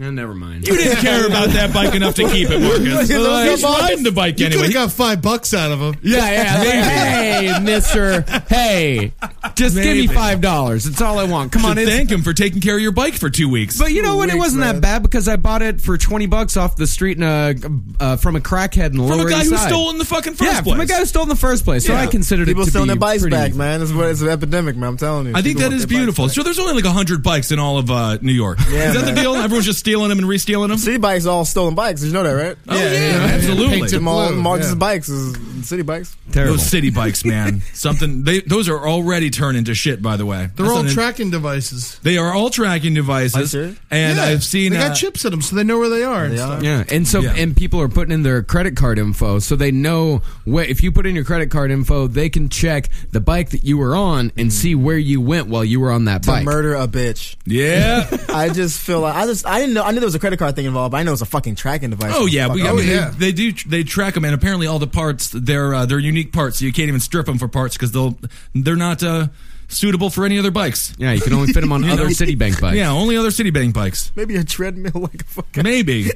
S9: eh, never mind.
S7: You didn't care about that bike enough to keep it, Marcus.
S9: Yeah, those
S7: He's
S9: are
S10: bikes.
S7: riding the bike
S10: You could
S7: anyway.
S10: have got five bucks out of him.
S9: Yeah, yeah. they- hey, mister. Hey, just give
S7: Maybe.
S9: me five dollars. It's all I want. Come on,
S7: Should
S9: it's,
S7: thank him for taking care of your bike for two weeks.
S9: but you know what? It
S8: Weeks,
S9: wasn't
S8: man.
S9: that bad because I bought it for twenty bucks off the street in a, uh, from a crackhead in the
S7: from
S9: Lower
S7: a guy
S9: East
S7: who
S9: Side.
S7: stole in the fucking first
S9: yeah,
S7: place.
S9: from a guy who stole in the first place. So I considered
S8: people
S9: it to
S8: stealing
S9: be
S8: their bikes
S9: pretty-
S8: back, man. It's, what- it's an epidemic, man. I'm telling you.
S7: I think
S8: People
S7: that
S8: want
S7: is
S8: their bikes
S7: beautiful.
S8: back.
S7: So there's only like 100 bikes in all of uh, New York.
S8: Yeah,
S7: is that
S8: man.
S7: the deal? Everyone's just stealing them and re-stealing them?
S8: City bikes are all stolen bikes. You know that, right?
S7: oh, yeah, absolutely.
S9: Painted
S8: Them all-
S10: blue,
S8: Marcus'
S10: yeah.
S8: bikes is city bikes.
S9: Terrible.
S7: Those city bikes, man. Something. They, those are already turned into shit, by the way.
S10: They're
S7: That's
S10: all
S7: an-
S10: tracking devices.
S7: They are all tracking
S8: Are you
S7: devices,
S8: serious?
S7: and
S10: Yeah,
S7: I've seen
S10: they
S7: uh,
S10: got chips in them, so they know where they are. and
S8: They
S10: stuff.
S8: are.
S9: Yeah, and so
S7: Yeah.
S9: and people are putting in their credit card info, so they know where, if you put in your credit card info, they can check the bike that you were on and see where you went while you were on that
S8: To
S9: bike.
S8: murder a bitch.
S7: Yeah.
S8: I just feel like I just I didn't know I knew there was a credit card thing involved. But I know it was a fucking tracking device.
S7: oh yeah. We, I
S10: Oh,
S7: mean,
S10: yeah.
S7: They, they do. They track them, and apparently all the parts they're uh, they're unique parts, so you can't even strip them for parts because they'll they're not uh, suitable for any other bikes.
S9: Yeah, you can only fit them on other Citibank bikes.
S7: Yeah, only other Citibank bikes.
S8: maybe a treadmill like a fucking.
S7: Maybe.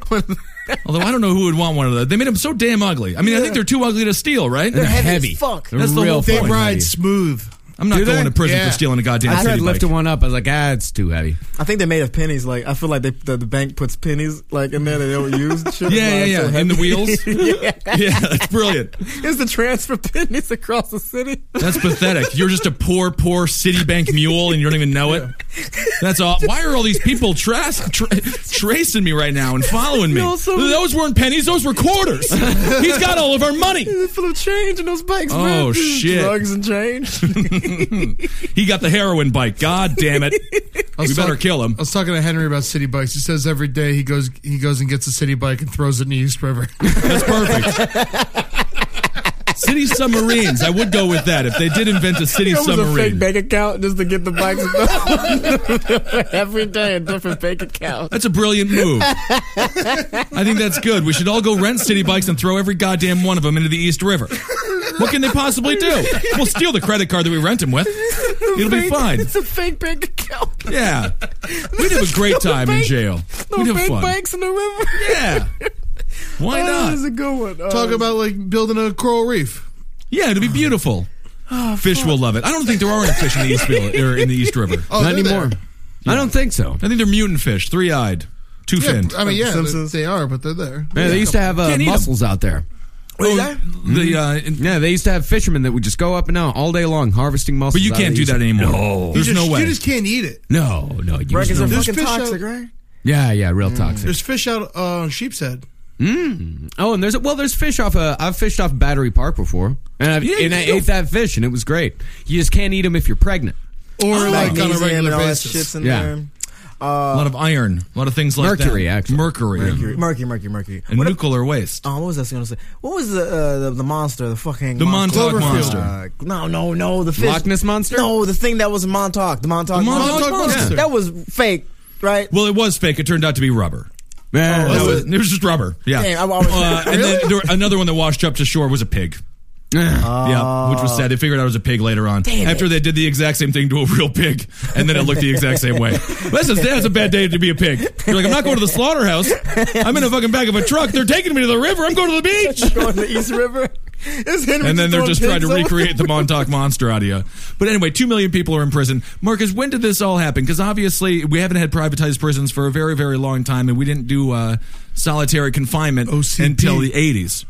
S7: Although I don't know who would want one of those. They made them so damn ugly. I mean, I think they're too ugly to steal, right?
S8: They're heavy, as fuck.
S9: They're
S7: That's the
S9: real
S7: whole-
S10: They
S9: fucking
S10: ride
S9: heavy.
S10: smooth.
S7: I'm not
S9: Do
S7: going
S9: they?
S7: to prison
S10: Yeah.
S7: for stealing a goddamn
S9: I
S7: city
S9: tried
S7: bike.
S9: lifting one up. I was like, ah, it's too heavy.
S8: I think they made of pennies. Like I feel like they, the, the bank puts pennies like in there that they don't use. and shit.
S7: Yeah, yeah,
S8: Like, so
S7: yeah. And
S8: heavy.
S7: the wheels.
S8: yeah.
S7: yeah, that's brilliant.
S8: It's the transfer pennies across the city.
S7: That's pathetic. You're just a poor, poor Citibank mule, and you don't even know it. That's all. Why are all these people tra- tra- tracing me right now and following me?
S8: No, so-
S7: those weren't pennies; those were quarters. He's got all of our money.
S8: They're full of change in those bikes.
S7: Oh,
S8: man. Just
S7: shit.
S8: Drugs and change.
S7: Hmm. He got the heroin bike. God damn it! We better
S10: talk-
S7: kill him.
S10: I was talking to Henry about city bikes. He says every day he goes he goes and gets a city bike and throws it in the East River.
S7: That's perfect. City submarines. I would go with that if they did invent a city
S8: It was a fake
S7: submarine.
S8: bank account just to get the bikes. Every day a different bank account.
S7: That's a brilliant move. I think that's good. We should all go rent city bikes and throw every goddamn one of them into the East River. What can they possibly do? We'll steal the credit card that we rent them with. It'll be
S8: Fake-
S7: fine.
S8: It's a fake bank account.
S7: Yeah. We'd have a great time in
S8: Bank-
S7: jail.
S8: No
S7: We'd have
S8: fake
S7: fun.
S8: banks in the river.
S7: Yeah.
S10: Oh,
S7: Why
S8: That is
S7: not?
S8: a good one. Oh,
S10: Talk about like building a coral reef.
S7: Yeah, it'll be beautiful.
S10: Oh,
S7: Fish will love it. I don't think there are any fish in the East, Vil- or in the East River.
S10: Oh,
S9: Not
S10: they're there.
S9: anymore. I don't think so.
S7: I think they're mutant fish, three eyed, two finned.
S10: Yeah, I mean, yeah,
S8: Simpsons.
S10: they are, but they're there.
S9: Man, they used to have uh,
S7: Can't eat 'em.
S9: mussels out there.
S7: the, uh, in-
S9: Yeah, they used to have fishermen that would just go up and down all day long harvesting mussels.
S7: but you
S9: out of
S7: can't
S9: the
S7: do that Oh,
S9: ocean.
S7: anymore.
S10: You
S7: There's
S10: just,
S7: no way.
S10: You just can't eat it.
S9: No, no. You
S8: Break is
S9: just
S8: a
S9: don't-
S10: There's
S8: fucking
S10: fish out-
S8: toxic, right?
S9: yeah, yeah, real
S7: Mm.
S9: toxic.
S10: There's fish out uh, on sheep's head.
S9: Oh, and there's well, there's fish off. Uh, I've fished off Battery Park before, and, I've,
S7: Yeah,
S9: and I
S7: you-
S9: ate that fish, and it was great. You just can't eat them if you're pregnant.
S10: Or like on a
S8: Magnesium
S10: regular
S8: and all that
S10: basis.
S8: shit's in
S9: Yeah.
S8: there. Uh,
S7: a lot of iron, a lot of things like
S9: Mercury,
S7: that.
S9: actually.
S7: Mercury,
S8: Mercury, Mercury, Mercury, Mercury.
S7: and
S8: What a-
S7: nuclear waste.
S8: Oh, what was I going to say? What was the, uh, the the monster? The fucking
S7: The Montauk
S8: Cloverfield.
S7: monster.
S8: Uh, no, no, no. The fish.
S9: Loch Ness monster?
S8: No, the thing that was Montauk. The Montauk.
S7: The Montauk monster.
S8: That was fake, right?
S7: Well, it was fake. It turned out to be rubber.
S9: Man,
S7: That was- it? was just rubber. Yeah.
S8: Damn, I- I was-
S7: uh, and then there, another one that washed up to shore was a pig.
S9: Eh.
S7: yeah, which was sad. They figured out it was a pig later on. After they did the exact same thing to a real pig, and then it looked the exact same way. That's a, that's a bad day to be a pig. You're like, I'm not going to the slaughterhouse. I'm in a fucking back of a truck. They're taking me to the river. I'm going to the beach.
S8: Going to the East River. It's Henry
S7: and then they're
S8: throwing
S7: just trying to
S8: pigs over.
S7: recreate the Montauk monster out of you. But anyway, two million people are in prison. Marcus, when did this all happen? Because obviously we haven't had privatized prisons for a very, very long time, and we didn't do uh, solitary confinement
S10: OCP.
S7: until the '80s.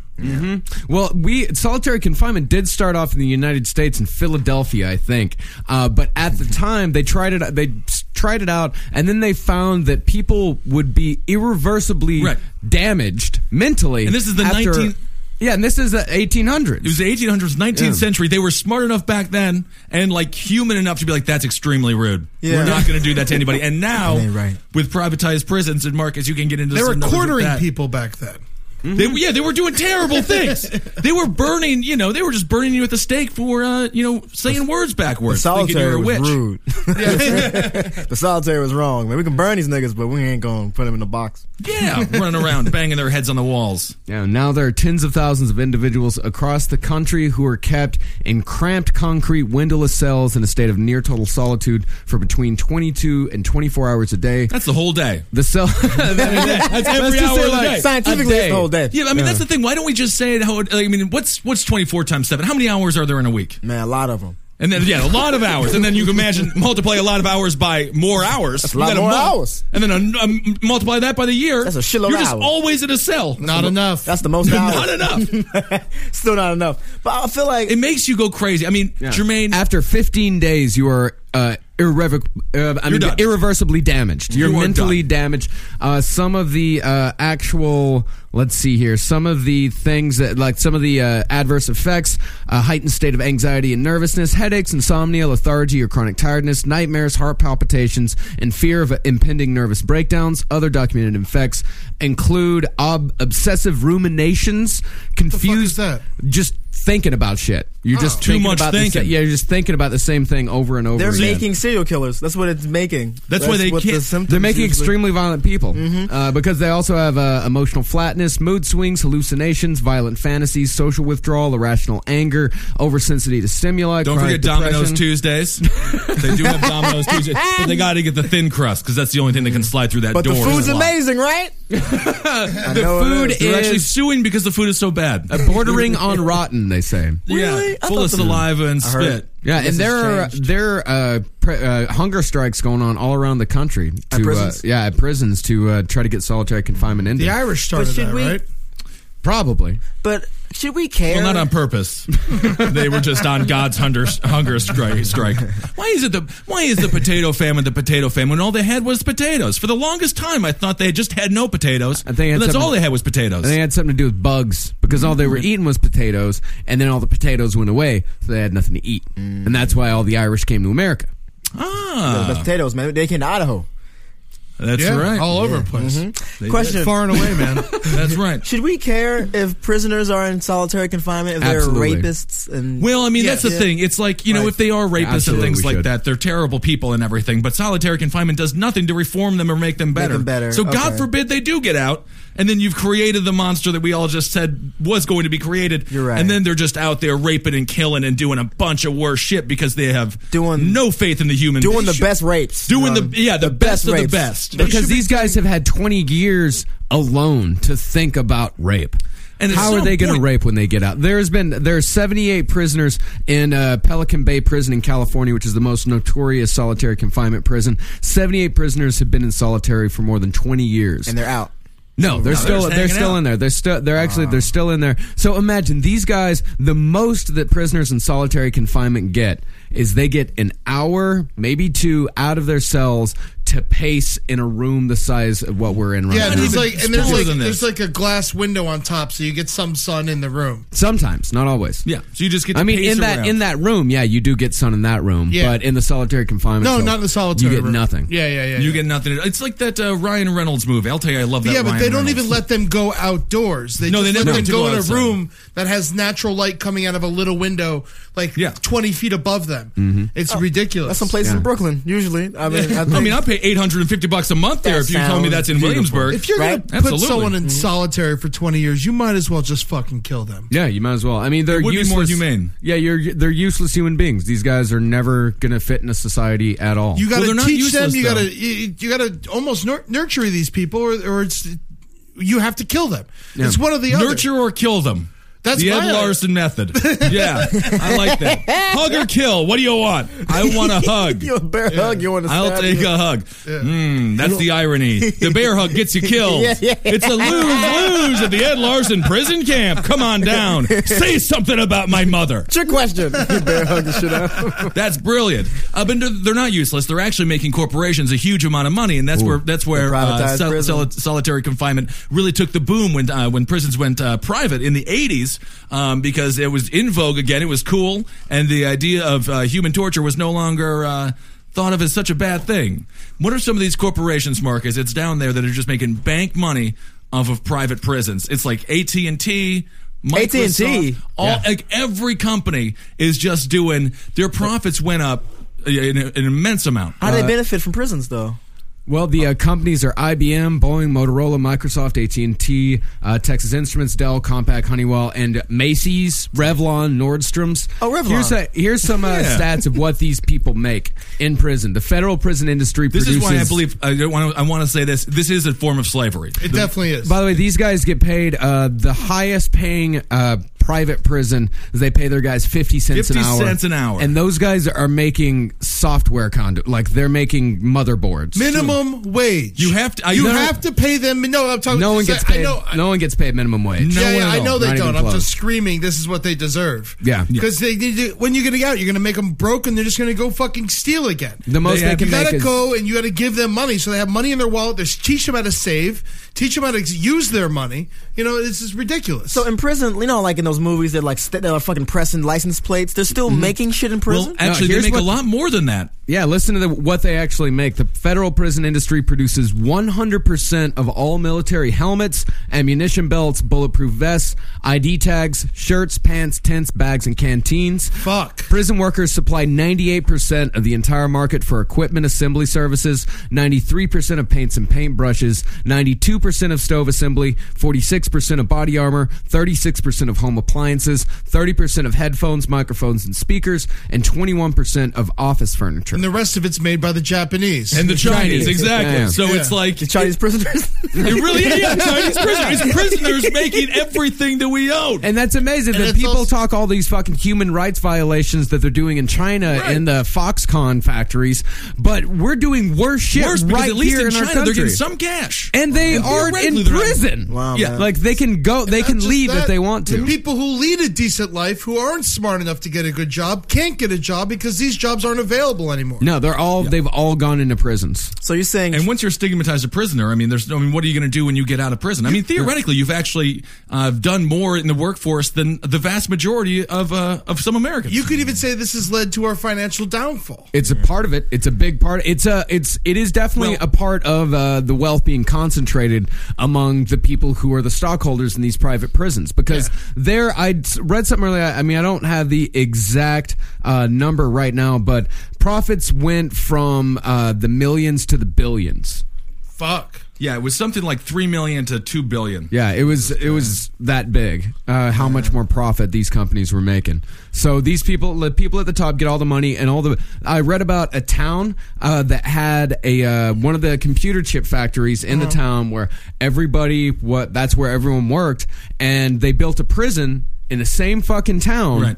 S9: Well, we solitary confinement did start off in the United States in Philadelphia, I think. Uh, but at the time, they tried it. They s- tried it out, and then they found that people would be irreversibly
S7: Right.
S9: damaged mentally.
S7: And this is the
S9: after-
S7: 19
S9: Yeah, and this is the 1800s.
S7: It was the 1800s, 19th
S9: Yeah.
S7: century. They were smart enough back then and like human enough to be like, that's extremely rude. We're not going to do that to anybody. And now,
S8: Ain't right.
S7: with privatized prisons and markets, you can get into
S10: They
S7: some
S10: were
S7: numbers with
S10: quartering
S7: that.
S10: people back then.
S7: They, yeah, they were doing terrible things. they were burning, you know, they were just burning you at the stake for, uh, you know, saying words backwards. thinking
S8: Solitary
S7: you're a
S8: was
S7: witch.
S8: rude. the solitary was wrong. Man, we can burn these niggas, but we ain't gonna put them in a box.
S7: Yeah, running around, banging their heads on the walls.
S9: Yeah, now there are tens of thousands of individuals across the country who are kept in cramped concrete windowless cells in a state of near total solitude for between 22 and 24 hours a day.
S7: That's the whole day.
S9: The cell. that's
S7: That's every hour of the day.
S8: Scientifically, it's the whole day.
S7: Yeah, I mean, that's the thing. Why don't we just say it how, I mean, what's, what's 24 times 7? How many hours are there in a week?
S8: Man, a lot of them.
S7: And then yeah, a lot of hours, and then you can imagine multiply a lot of hours by more hours,
S8: a lot
S7: You got
S8: more
S7: mul-
S8: hours.
S7: and then a, um, multiply that by the year.
S8: That's a shitload
S7: You're
S8: of
S7: just
S8: hours.
S7: always in a cell.
S10: Not enough.
S8: That's the most hours.
S7: Not enough.
S8: Still not enough. But I feel like
S7: It makes you go crazy. I mean, Jermaine,
S9: After 15 days, you are uh, irrevoc- uh, I mean,
S7: done.
S9: irreversibly damaged. You're
S7: You are
S9: mentally damaged. Uh, some of the uh, actual, let's see here, some of the things that, like some of the uh, adverse effects, a heightened state of anxiety and nervousness, headaches, insomnia, lethargy or chronic tiredness, nightmares, heart palpitations, and fear of impending nervous breakdowns. Other documented effects include ob- obsessive ruminations, confused,
S10: that?
S9: just thinking about shit. You're just
S7: Oh. Too
S9: thinking
S7: much
S9: about the
S7: thinking.
S9: sa- yeah, you're just thinking about the same thing over and over.
S8: they're
S9: again.
S8: making serial killers. That's what it's making.
S7: That's why they
S8: what
S7: can't-
S8: The symptoms
S9: They're making
S8: usually-
S9: extremely violent people
S8: Mm-hmm.
S9: uh, because they also have uh, emotional flatness, mood swings, hallucinations, violent fantasies, social withdrawal, irrational anger, oversensitivity to stimuli.
S7: don't
S9: chronic
S7: forget Domino's
S9: depression.
S7: Tuesdays. they do have Domino's Tuesdays, but they got to get the thin crust because that's the only thing that can slide through that
S8: But
S7: door.
S8: the
S7: It's
S8: food's
S7: a lot.
S8: amazing, right? I
S9: The
S8: know it
S9: food is
S8: is.
S7: They're actually suing because the food is so bad.
S9: bordering on rotten. They say.
S7: Yeah,
S8: Uh, Really? I
S7: full
S8: thought
S7: of
S8: the-
S7: saliva and
S8: I heard
S7: spit.
S8: it.
S9: Yeah,
S8: This
S9: and
S8: has
S9: there are
S8: changed.
S9: there are uh, pre- uh, hunger strikes going on all around the country. To,
S8: prisons?
S9: Uh, yeah, at prisons to uh, try to get solitary confinement into
S10: The Irish started
S8: But should
S10: that,
S8: we-
S10: right?
S9: probably.
S8: But should we care?
S7: Well, not on purpose. they were just on God's hunger, hunger strike, strike. Why is it the Why is the potato famine the potato famine? when All they had was potatoes for the longest time. I thought they just had no potatoes.
S9: I think it had
S7: and that's
S9: something-
S7: all they had was potatoes.
S9: And they had something to do with bugs because all they
S8: Mm-hmm.
S9: were eating was potatoes, and then all the potatoes went away, so they had nothing to eat, and that's why all the Irish came to America.
S7: ah,
S8: The potatoes, man. They came to Idaho.
S7: that's
S10: yeah,
S7: right.
S10: all over the place.
S7: They
S8: Question.
S7: did.
S10: Far and away, man.
S7: That's right.
S8: Should we care if prisoners are in solitary confinement? If they're
S9: Absolutely.
S8: rapists and
S7: Well, I mean, that's the
S8: Yeah.
S7: thing. It's like, you know,
S8: Right.
S7: if they are rapists and
S9: Absolutely,
S7: things
S9: we
S7: like
S9: should.
S7: that, they're terrible people and everything, but solitary confinement does nothing to reform them or make them better.
S8: them better,
S7: So, God
S8: okay.
S7: forbid they do get out, and then you've created the monster that we all just said was going to be created.
S8: You're right.
S7: And then they're just out there raping and killing and doing a bunch of worse shit because they have
S8: Doing-
S7: no faith in the human
S8: doing the
S7: They should-
S8: best rapes.
S7: Doing
S8: Um,
S7: the, yeah, the, best, of
S8: rapes.
S7: the best.
S9: Because these guys have had 20 years alone to think about rape.
S7: And
S9: And
S7: at
S9: how are
S7: some
S9: they going to
S7: point-
S9: rape when they get out? There's been there are 78 prisoners in uh, Pelican Bay Prison in California, which is the most notorious solitary confinement prison. 78 prisoners have been in solitary for more than 20 years,
S8: and they're out.
S9: No, they're
S7: No, they're
S9: still
S7: just
S9: they're,
S7: hanging
S9: still
S7: out. Ah.
S9: in there. They're still they're actually they're still in there. So imagine these guys. The most that prisoners in solitary confinement get is they get an hour, maybe two, out of their cells to pace in a room the size of what we're in right
S10: yeah,
S9: now.
S10: and he's like, and there's
S9: Smaller
S10: like,
S9: than
S10: there's
S9: this.
S10: like a glass window on top, so you get some sun in the room.
S9: Sometimes, not always. Yeah,
S7: so you just get.
S9: I
S7: to
S9: mean,
S7: pace
S9: in that
S7: around.
S9: in that room, yeah, you do get sun in that room.
S7: Yeah.
S9: but in the solitary confinement,
S7: No,
S9: cell,
S7: not in the
S10: solitary
S9: You get
S10: room.
S9: nothing.
S10: Yeah, yeah, yeah.
S7: you get nothing. It's like that uh, Ryan Reynolds movie. I'll tell you, I love that.
S10: yeah, but
S7: Ryan
S10: they don't
S7: Reynolds.
S10: even let them go outdoors. They
S7: No,
S10: just
S7: they
S10: let
S7: never
S10: them
S7: get to
S10: go
S7: go
S10: in a
S7: outside.
S10: room that has natural light coming out of a little window, like twenty feet above them. It's ridiculous.
S8: That's some place in Brooklyn, usually. I mean, I,
S7: I
S8: think,
S7: mean, I pay eight hundred and fifty bucks a month there
S8: That
S7: if you tell me
S8: sounds
S7: that's in
S9: beautiful.
S7: Williamsburg.
S10: If you're
S9: Right?
S10: gonna put
S9: Absolutely.
S10: someone in
S9: Mhm.
S10: solitary for twenty years, you might as well just fucking kill them.
S9: Yeah, you might as well. I mean, they're
S10: It would be
S9: useless,
S10: more humane.
S9: Yeah, you're they're useless human beings. These guys are never going to fit in a society at all.
S10: You got to
S9: Well, they're not
S10: teach
S9: useless,
S10: them. You
S9: though.
S10: got to you, you got to almost nur- nurture these people, or, or it's you have to kill them.
S7: Yeah.
S10: It's one of the other.
S7: Nurture or kill them.
S10: That's
S7: the
S10: my-
S7: Ed Larson method. Yeah, I like that. Hug or kill. What do you want? I want a hug.
S8: You a bear hug, you want to
S7: I'll
S8: stab
S7: take uh,
S8: you.
S7: a hug. Mm, that's the irony. The bear hug gets you killed.
S8: Yeah, yeah.
S7: It's a lose lose at the Ed Larson prison camp. Come on down. Say something about my mother.
S8: Trick question. You bear hug the shit out.
S7: That's brilliant. Uh, but they're- they're not useless. They're actually making corporations a huge amount of money, and that's where that's where uh,
S8: privatized
S7: sol-
S8: prison.
S7: sol- solitary confinement really took the boom when uh, when prisons went uh, private in the '80s um, because it was in vogue again. It was cool, and the idea of uh, human torture was no longer. Uh, Thought of as such a bad thing. What are some of these corporations, Marcus? It's down there that are just making bank money off of private prisons. It's like AT and T,
S8: AT&T.
S7: all
S8: Yeah.
S7: like every company is just doing their profits went up uh, in a- an immense amount. Uh,
S8: How do they benefit from prisons, though?
S9: Well, the uh, companies are IBM, Boeing, Motorola, Microsoft, AT and T, uh, Texas Instruments, Dell, Compaq, Honeywell, and Macy's, Revlon, Nordstrom's.
S8: Oh, Revlon.
S9: Here's, a, here's some uh,
S7: Yeah.
S9: stats of what these people make in prison. The federal prison industry
S7: This
S9: produces.
S7: is why I believe I don't want to. I want to say this. This is a form of slavery.
S10: It definitely is.
S9: By the way, these guys get paid uh, the highest paying uh, private prison. is They pay their guys fifty cents an
S7: 50
S9: hour.
S7: cents an hour.
S9: and those guys are making software condo, like they're making motherboards.
S10: Minimum wage.
S7: You have to. I,
S10: you
S7: no,
S10: have to pay them. No, I'm talking.
S9: no one gets
S10: I
S9: paid.
S10: know-
S9: no one gets paid minimum wage.
S10: yeah, yeah,
S9: one at
S10: I
S9: all,
S10: know they
S9: not even
S10: don't. I'm
S9: close.
S10: just screaming. This is what they deserve.
S9: Yeah. Yeah.
S10: because they need to. When you're getting out, you're going to make them broke, and they're just going to go fucking steal again.
S9: The most they
S10: you
S9: can make
S10: gotta
S9: is-
S10: go, and you got to give them money, so they have money in their wallet. There's teach them how to save, teach them how to use their money. You know, this is ridiculous.
S8: So in prison, you know, like in those movies that like st- that are fucking pressing license plates, they're still making shit in
S7: Mm-hmm. well,
S8: prison.
S7: actually, they
S9: here's
S7: make a
S9: what-
S7: lot more than that.
S9: Yeah, listen to the, what they actually make. The federal prison industry produces 100% of all military helmets, ammunition belts, bulletproof vests, ID tags, shirts, pants, tents, bags, and canteens.
S10: Fuck.
S9: Prison workers supply 98% of the entire market for equipment assembly services, 93% of paints and paintbrushes, 92% of stove assembly, 46% of body armor, 36% of home appliances, 30% of headphones, microphones, and speakers, and 21% of office furniture.
S10: and the rest of it's made by the Japanese
S7: And the Chinese, exactly.
S9: Yeah.
S7: So it's like
S8: The Chinese prisoners.
S7: it really is yeah, Chinese prisoners. It's prisoners making everything that we own.
S9: And that's amazing
S10: And
S9: that
S10: it's
S9: people
S10: also-
S9: talk all these fucking human rights violations that they're doing in China in the Foxconn factories, but we're doing worse shit
S7: Worse because
S9: right
S7: at least
S9: here
S7: in
S9: our
S7: China they're getting
S9: country.
S7: some cash,
S9: and they are
S7: theoretically
S9: in
S7: they're not-
S9: prison.
S8: Wow,
S7: Yeah. man.
S9: like they can go, they can
S10: Just
S9: leave
S10: that,
S9: if they want
S10: The
S9: to.
S10: people who lead a decent life, who aren't smart enough to get a good job, can't get a job because these jobs aren't available anymore.
S9: No, they're all they've all gone into prisons.
S8: so you're saying
S7: And once you're stigmatized a prisoner, I mean, there's. I mean, what are you going to do when you get out of prison? I mean, theoretically, you've actually uh, done more in the workforce than the vast majority of uh, of some Americans.
S10: You could even say this has led to our financial downfall.
S9: It's a part of it. It's a big part. It's a. It's. It is definitely
S7: Well-
S9: a part of uh, the wealth being concentrated among the people who are the stockholders in these private prisons. Because there, I read something earlier. I mean, I don't have the exact uh, number right now, but profits went from uh, the millions to the billions.
S10: Fuck.
S7: yeah, it was something like three million to two billion.
S9: Yeah, it was it was that big. Uh, how much more profit these companies were making? So these people, the people at the top, get all the money and all the. I read about a town uh, that had a uh, one of the computer chip factories in
S7: Uh-huh.
S9: the town where everybody what that's where everyone worked, and they built a prison in the same fucking town.
S7: Right.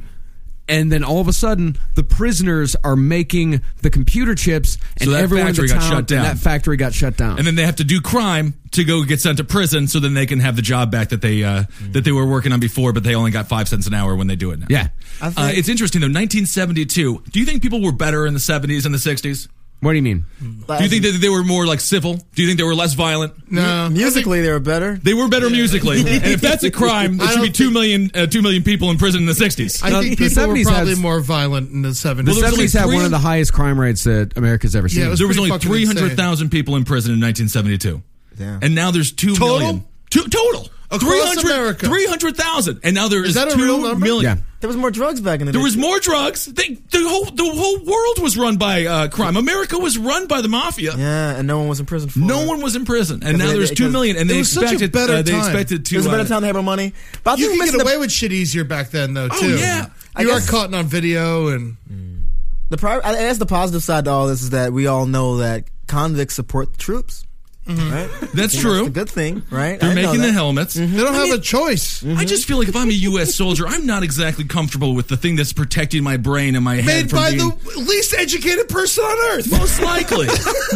S9: And then all of a sudden, the prisoners are making the computer chips, and
S7: that
S9: everyone in the
S7: factory got
S9: town-
S7: shut down.
S9: and that factory got shut down.
S7: And then they have to do crime to go get sent to prison, so then they can have the job back that they uh, that they were working on before, but they only got five cents an hour when they do it now.
S9: Yeah.
S7: uh, it's interesting though. 1972. Do you think people were better in the 70s and the 60s?
S9: What do you mean?
S7: Do you think that they were more like civil? Do you think they were less violent?
S10: No.
S8: Musically, they were better.
S7: They were better musically, and if that's a crime, there
S10: I
S7: should be
S10: don't
S7: two million uh, two million people in prison in the '60s.
S10: I
S9: No,
S10: think
S9: the
S10: people were
S9: 70s had-
S10: probably more violent in the 70s.
S9: The
S7: Well, there was only
S9: 70s had
S7: three-
S9: one of the highest crime rates that America's ever seen.
S10: it was
S7: there was
S10: pretty
S7: only
S10: fucking
S7: 300,000 people in prison in 1972.
S8: Damn.
S7: And now there's two
S10: Total?
S7: million. Two, total.
S10: Across America.
S7: 300,000. and now there is,
S10: that a
S7: two
S10: real number?
S7: million.
S9: Yeah.
S8: There was more drugs back in the
S7: There
S8: day.
S7: was more drugs. They, the whole the whole world was run by uh, crime. America was run by the mafia.
S8: yeah, and no one was in prison for
S7: No
S8: it.
S7: one was in prison, and
S8: Yeah,
S7: now
S8: they-
S7: there's
S8: they-
S7: two million. And
S10: it
S7: they
S10: was such a
S7: expected
S10: better
S7: uh, they
S10: time.
S7: expected to.
S8: It was a better
S7: uh,
S8: time to have more money. But I
S10: You
S8: think
S10: can
S8: missing
S10: get away
S8: the,
S10: with shit easier back then, though, too.
S7: Oh, yeah.
S8: I
S10: You are
S8: guess-
S10: caught on video, and
S8: the prior, and that's the positive side to all this is that we all know that convicts support the troops. Right?
S7: That's
S8: And
S7: true.
S8: That's a good thing, right?
S7: They're
S8: I know
S7: making the
S8: that.
S7: helmets.
S10: they don't have a choice.
S7: I just feel like if I'm a U.S. soldier, I'm not exactly comfortable with the thing that's protecting my brain and my head
S10: Made
S7: from
S10: by
S7: being
S10: the least educated person on earth.
S7: Most likely,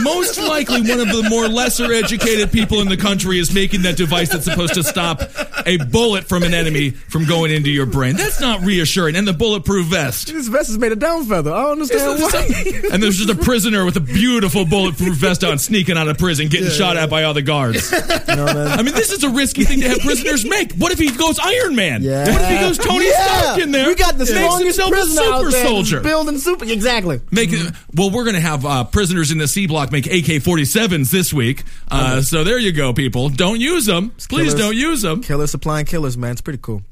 S7: most likely, one of the more lesser educated people in the country is making that device that's supposed to stop a bullet from an enemy from going into your brain. That's not reassuring. And the bulletproof vest.
S8: This vest is made of down feather. I don't understand why.
S7: And there's just a prisoner with a beautiful bulletproof vest on sneaking out of prison, getting shot at by all the guards. I mean, this is a risky thing to have prisoners make. What if he goes Iron Man?
S8: Yeah.
S7: What if he goes Tony
S8: Yeah.
S7: Stark in there?
S8: We got the
S7: makes
S8: strongest
S7: himself a
S8: prisoner out
S7: super
S8: there that's
S7: soldier.
S8: Building super, exactly.
S7: Make well, we're going to have uh, prisoners in the C block make AK-47s this week. Uh, So there you go, people. Don't use them. Please
S8: Killers.
S7: don't use them.
S8: Killers supplying killers, man. It's pretty cool.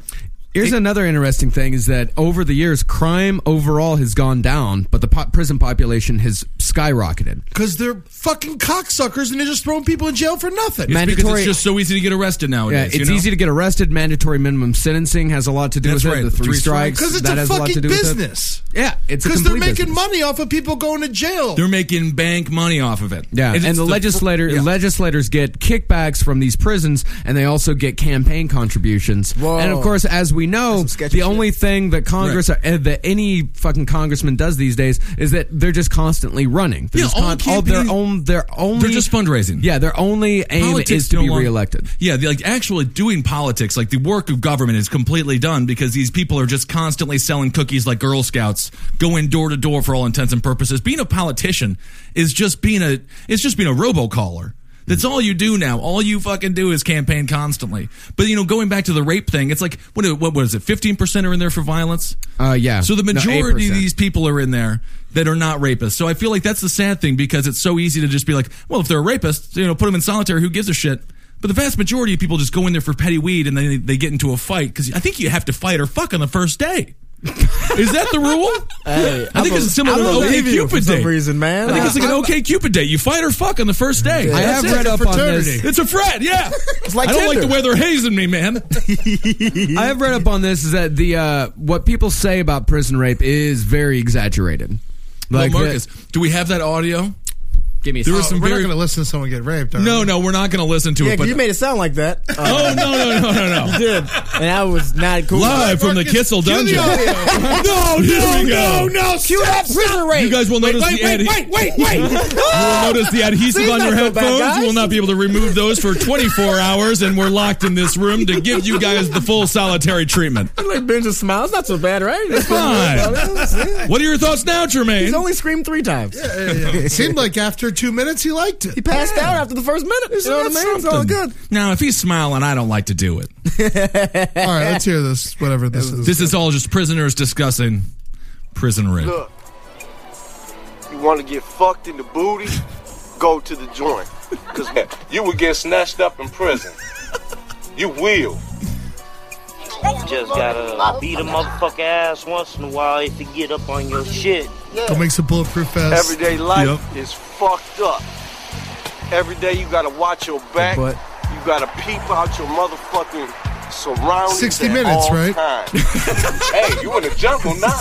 S9: Here's another interesting thing is that over the years, crime overall has gone down, but the po- prison population has skyrocketed.
S10: Because they're fucking cocksuckers and they're just throwing people in jail for nothing.
S9: Man-
S7: Because
S9: Mandatory-
S7: it's just so easy to get arrested
S9: Yeah,
S7: nowadays.
S9: it's
S7: you know?
S9: easy to get arrested. Mandatory minimum sentencing has a lot to do
S7: That's
S9: with
S7: right,
S9: it. The three, strikes.
S10: Because it's
S9: that
S10: a
S9: has lot to
S10: fucking
S9: do with it.
S10: business.
S9: Yeah, it's a
S10: Because they're
S9: complete
S10: making
S9: business.
S10: money off of people going to jail.
S7: They're making bank money off of it.
S9: Yeah, and,
S7: it's
S9: the, legislator
S7: yeah.
S9: legislators get kickbacks from these prisons, and they also get campaign contributions.
S8: Whoa.
S9: And of course, as we know,
S8: some sketchy
S9: the only
S8: shit.
S9: thing that Congress uh, that any fucking congressman does these days is that they're just constantly running. They're
S7: Yeah,
S9: just
S7: all
S9: their
S7: campaign-
S9: own. Their only.
S7: They're just fundraising.
S9: Yeah, their only aim is to
S7: no
S9: be
S7: longer-
S9: reelected.
S7: Yeah, they like actually doing politics, like the work of government is completely done because these people are just constantly selling cookies like Girl Scouts, going door to door for all intents and purposes. Being a politician is just being a it's just being a robocaller. That's all you do now. All you fucking do is campaign constantly. But you know, going back to the rape thing, it's like what what was it? Fifteen percent are in there for violence.
S9: Uh, yeah.
S7: So the
S9: No,
S7: majority
S9: 8%.
S7: of these people are in there that are not rapists. So I feel like that's the sad thing because it's so easy to just be like, well, if they're a rapist, you know, put them in solitary. Who gives a shit? But the vast majority of people just go in there for petty weed and then they, they get into a fight because I think you have to fight or fuck on the first day. Is that the rule? I think
S8: I'm
S7: it's
S8: a-
S7: similar
S8: I'm
S7: to
S8: a
S7: an OK
S8: review for
S7: Cupid
S8: some
S7: date.
S8: reason, man.
S7: I think it's like an OK Cupid date. You fight or fuck on the first day.
S9: I
S7: That's
S9: have
S7: it.
S9: read up on this.
S7: It's a frat, yeah. It's
S8: like
S7: I don't like
S8: Tinder.
S7: the way they're hazing me, man.
S9: I have read up on this is that the uh, what people say about prison rape is very exaggerated.
S7: well,
S9: that-
S7: Marcus, do we have that audio?
S9: give me a
S7: There was
S9: second.
S10: Oh,
S7: some
S10: We're not
S7: very
S10: going to listen to someone get raped. Are
S7: No,
S10: we?
S7: no, we're not going to listen to
S8: Yeah,
S7: it.
S8: 'cause
S7: But
S8: you made it sound like that. Uh,
S7: oh no, no, no, no, no!
S8: did. And I was not cool.
S7: Live from the
S10: Marcus,
S7: Kissel
S10: cue the
S7: Dungeon.
S10: audio.
S7: no, here we go.
S10: no,
S8: Cue that prison rape.
S7: You guys will notice the ad-
S8: wait, wait.
S7: You will notice the adhesive
S8: See,
S7: on
S8: not
S7: your
S8: so bad,
S7: headphones.
S8: guys.
S7: You will not be able to remove those for 24 hours, and we're locked in this room to give you guys the full solitary treatment.
S8: like Benjamin smiles. Not so bad, right? That's
S7: Fine. What are your thoughts now, Jermaine?
S8: He's only screamed three times.
S10: It seemed like after two minutes he liked it.
S8: He passed out after the first minute. You know what I mean? It's all good.
S7: Now, if he's smiling, I don't like to do it.
S10: All right, let's hear this. Whatever this is.
S7: This is all just prisoners discussing prison rape.
S11: Look, you want to get fucked in the booty? Go to the joint. Because
S6: You would get snatched up in prison. You will.
S3: You just gotta beat a motherfucker ass once in a while if you get up on your shit.
S10: Go make some bulletproof vests.
S11: everyday life is fucked up. Every day you got to watch your back.
S8: Your butt.
S11: You got to peep out your motherfucking surroundings
S10: 60
S11: at
S10: minutes,
S11: all
S10: right?
S11: times.
S6: hey, you in the jungle now.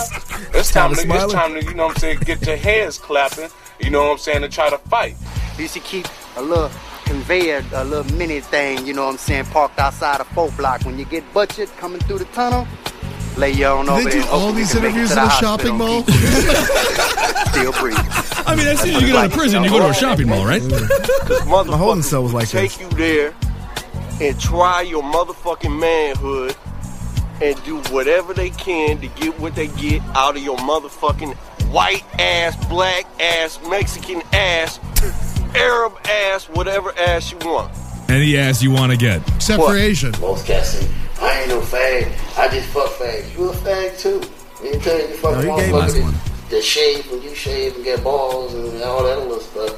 S6: It's time,
S8: Tyler
S6: to,
S8: Smiley.
S6: it's time to, you know what I'm saying, get your hands clapping, you know what I'm saying, and try to fight.
S11: You should keep a little conveyor, a little mini thing, you know what I'm saying, parked outside a four block. When you get butchered coming through the tunnel, lay your own
S10: They do all these interviews in a shopping mall.
S11: Still breathe.
S7: I mean, as soon as you get out of prison, you go to a shopping mall, right?
S8: My holding cell was like
S11: take
S8: this.
S11: you there and try your motherfucking manhood and do whatever they can to get what they get out of your motherfucking
S12: white ass, black ass, Mexican ass, Arab ass, whatever ass you want.
S7: Any ass you want to get.
S9: Oh,
S10: Except for Asian.
S13: Most cats say, I ain't no fag. I just fuck fags. You a fag too. You tell you fuck
S12: No, he gave us one.
S13: motherfuckers that shave when you shave and get balls and all that little stuff.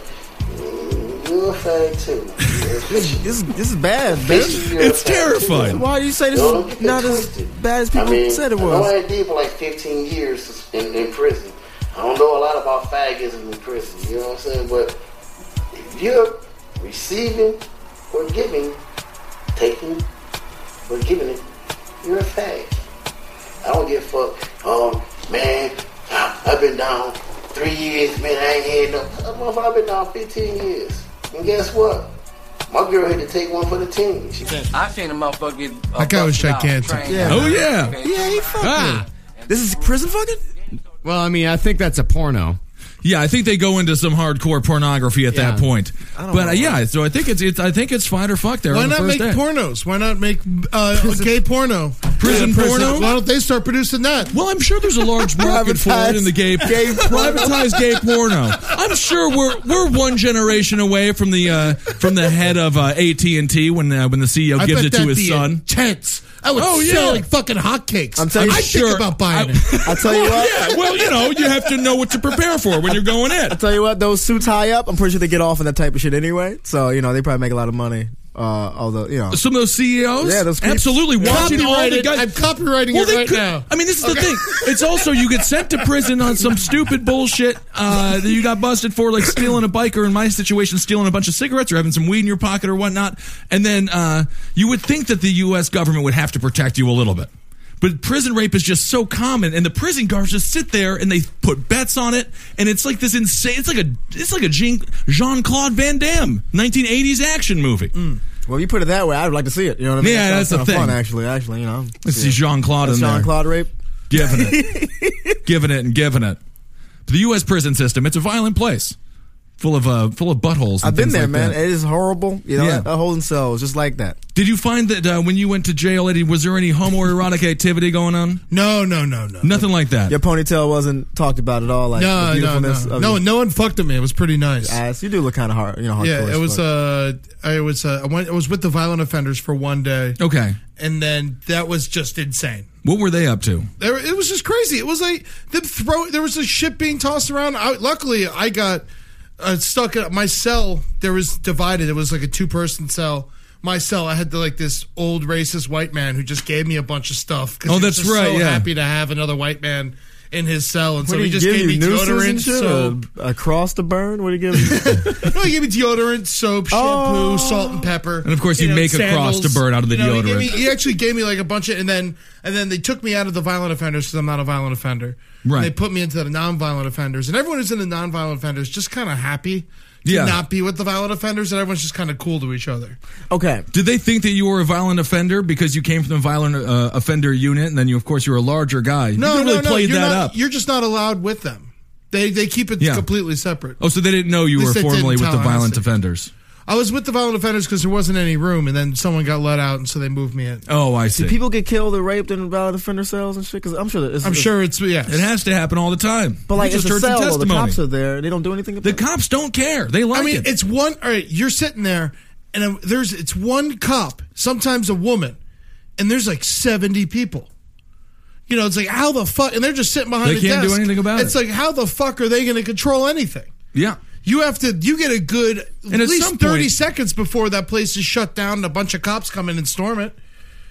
S13: Mm, You a fag too.
S8: This, this, this is bad, man.
S13: This- you're It's a fag terrifying. too.
S8: Why do you say this
S13: Don't
S8: is
S13: get
S8: not as bad as people
S13: I mean,
S8: said it
S13: I know I
S8: was?
S13: had did for like 15 years in, in prison. I don't know a lot about fagism in prison. You know what I'm saying? But if you're receiving or giving, taking or giving it, you're a fag. I don't give a fuck. Um, man, I- I've been down three years, man. I ain't had no. Motherfucker, I've been down 15 years. And guess what? My girl had to take one for the team. She said, I seen a uh, motherfucker get.
S10: That guy was gigantic.
S7: Oh,
S8: Yeah, he fucked
S7: Ah.
S8: it. This is prison fucking?
S7: Well, I mean, I think that's a porno. Yeah, I think they go into some hardcore pornography at that
S10: Yeah.
S7: point.
S10: I
S7: But
S10: don't
S7: uh,
S10: know.
S7: yeah, so I think it's, it's I think it's fight or fuck there.
S10: Why
S7: on the
S10: not
S7: first
S10: make
S7: day.
S10: pornos? Why not make uh, gay porno?
S7: Prison
S10: Yeah,
S7: porno?
S10: Why don't they start producing that?
S7: Well, I'm sure there's a large market for it in the gay, privatized gay porno. I'm sure we're we're one generation away from the uh, from the head of uh, AT and T when uh, when the CEO
S10: I
S7: gives
S10: bet
S7: it to
S10: that'd
S7: his
S10: be
S7: son.
S10: Intense. I would
S7: Oh,
S10: sell
S7: yeah.
S10: like fucking hotcakes.
S7: I'm telling you-
S10: I
S7: I'm
S10: think
S7: sure-
S10: about buying it.
S8: I'll tell you what.
S7: Yeah, well, you know, you have to know what to prepare for when you're going in. I'll
S8: tell you what, those suits high up, I'm pretty sure they get off on that type of shit anyway. So, you know, they probably make a lot of money. Uh, although, you know.
S7: Some of those CEOs,
S8: Yeah, those creeps.
S7: absolutely
S8: Yeah.
S7: watching all the
S8: Copyrighted.
S7: guys.
S8: I'm copyrighting it
S7: they
S8: right now.
S7: I mean, this is
S8: Okay.
S7: the thing. It's also you get sent to prison on some stupid bullshit uh, that you got busted for, like stealing a bike, or in my situation, stealing a bunch of cigarettes, or having some weed in your pocket, or whatnot. And then uh, you would think that the U.S. government would have to protect you a little bit. But prison rape is just so common, and the prison guards just sit there and they put bets on it, and it's like this insane. It's like a it's like a Jean Claude Van Damme 1980s action movie.
S8: Well, you put it that way, I'd like to see it. You know what I mean?
S7: Yeah,
S8: That
S7: that's
S8: sounds
S7: the
S8: kinda
S7: thing.
S8: Fun, actually, actually, you know.
S7: Let's see Jean Claude in
S8: That's
S7: there.
S8: Jean-Claude rape.
S7: giving it, giving it, and giving it. The U.S. prison system—it's a violent place, full of uh, full of buttholes. and
S8: I've been
S7: things
S8: there,
S7: like
S8: man.
S7: that.
S8: It is horrible. You know,
S7: Yeah.
S8: that holding cells just like that.
S7: Did you find that uh, when you went to jail, Eddie? Was there any homoerotic activity going on?
S10: No, no, no, no.
S7: Nothing like that.
S8: Your ponytail wasn't talked about at all. Like
S10: No,
S8: the
S10: no,
S8: beautifulness
S10: no.
S8: of
S10: No,
S8: your
S10: no one fucked with me. It was pretty nice.
S8: ass. You do look kind of hard. You know, hardcore
S10: yeah,
S8: as
S10: it was.
S8: fuck.
S10: Uh, I was. Uh, I, went, I was with the violent offenders for one day.
S7: Okay.
S10: and then that was just insane.
S7: What were they up to?
S10: There, it was just crazy. It was like the throw. There was a ship being tossed around. I, luckily, I got uh, stuck. In, my cell there was divided. It was like a two person cell. My cell, I had the, like this old racist white man who just gave me a bunch of stuff. 'cause
S7: Oh,
S10: he was
S7: that's
S10: just
S7: right,
S10: So
S7: yeah.
S10: happy to have another white man in his cell, and
S8: What
S10: so
S8: do
S10: he
S8: you
S10: just
S8: give
S10: gave me
S8: you nooses and
S10: deodorant.
S8: shit?
S10: soap.
S8: A, a cross to burn? What do you give? you?
S10: no, he gave me deodorant, soap, shampoo, salt, and pepper.
S7: Oh. And of course you make a cross to burn out of the
S10: You know, He, gave
S7: deodorant.
S10: me, he actually gave me like a bunch of, and then and then they took me out of the violent offenders because I'm not a violent offender. And
S7: Right.
S10: they put me into the non-violent offenders, and everyone who's in the non-violent offenders just kind of happy to
S7: Yeah.
S10: not be with the violent offenders, and everyone's just kind of cool to each other.
S8: Okay.
S7: Did they think that you were a violent offender because you came from the violent uh, offender unit, and then you, of course, you were a larger guy? you
S10: No,
S7: could've really
S10: no, no.
S7: played
S10: you're
S7: that
S10: not,
S7: up.
S10: You're just not allowed with them. They they keep it
S7: Yeah.
S10: completely separate.
S7: Oh, so they didn't know you
S10: At
S7: were
S10: least they
S7: formerly
S10: didn't
S7: with the
S10: tell us.
S7: violent offenders.
S10: I was with the violent offenders because there wasn't any room, and then someone got let out, and so they moved me in.
S7: Oh, I see.
S8: Do people get killed or raped in violent offender cells and shit? Because I'm sure that it's,
S10: I'm sure it's yeah.
S7: It has to happen all the time.
S8: But
S7: We
S8: like,
S7: just
S8: it's a
S7: heard some
S8: cell. The
S7: testimony.
S8: cops are there. They don't do anything. About
S7: The cops don't care. They like
S10: I mean,
S7: it.
S10: it's one. All right, you're sitting there, and um, there's it's one cop, sometimes a woman, and there's like seventy people. You know, it's like how the fuck, and they're just sitting behind.
S7: They
S10: a
S7: can't do
S10: desk.
S7: anything about
S10: It's
S7: it.
S10: like how the fuck are they going to control anything?
S7: Yeah.
S10: You have to. You get a good at
S7: And at
S10: least
S7: some
S10: thirty
S7: point-
S10: seconds before that place is shut down, and a bunch of cops come in and storm it.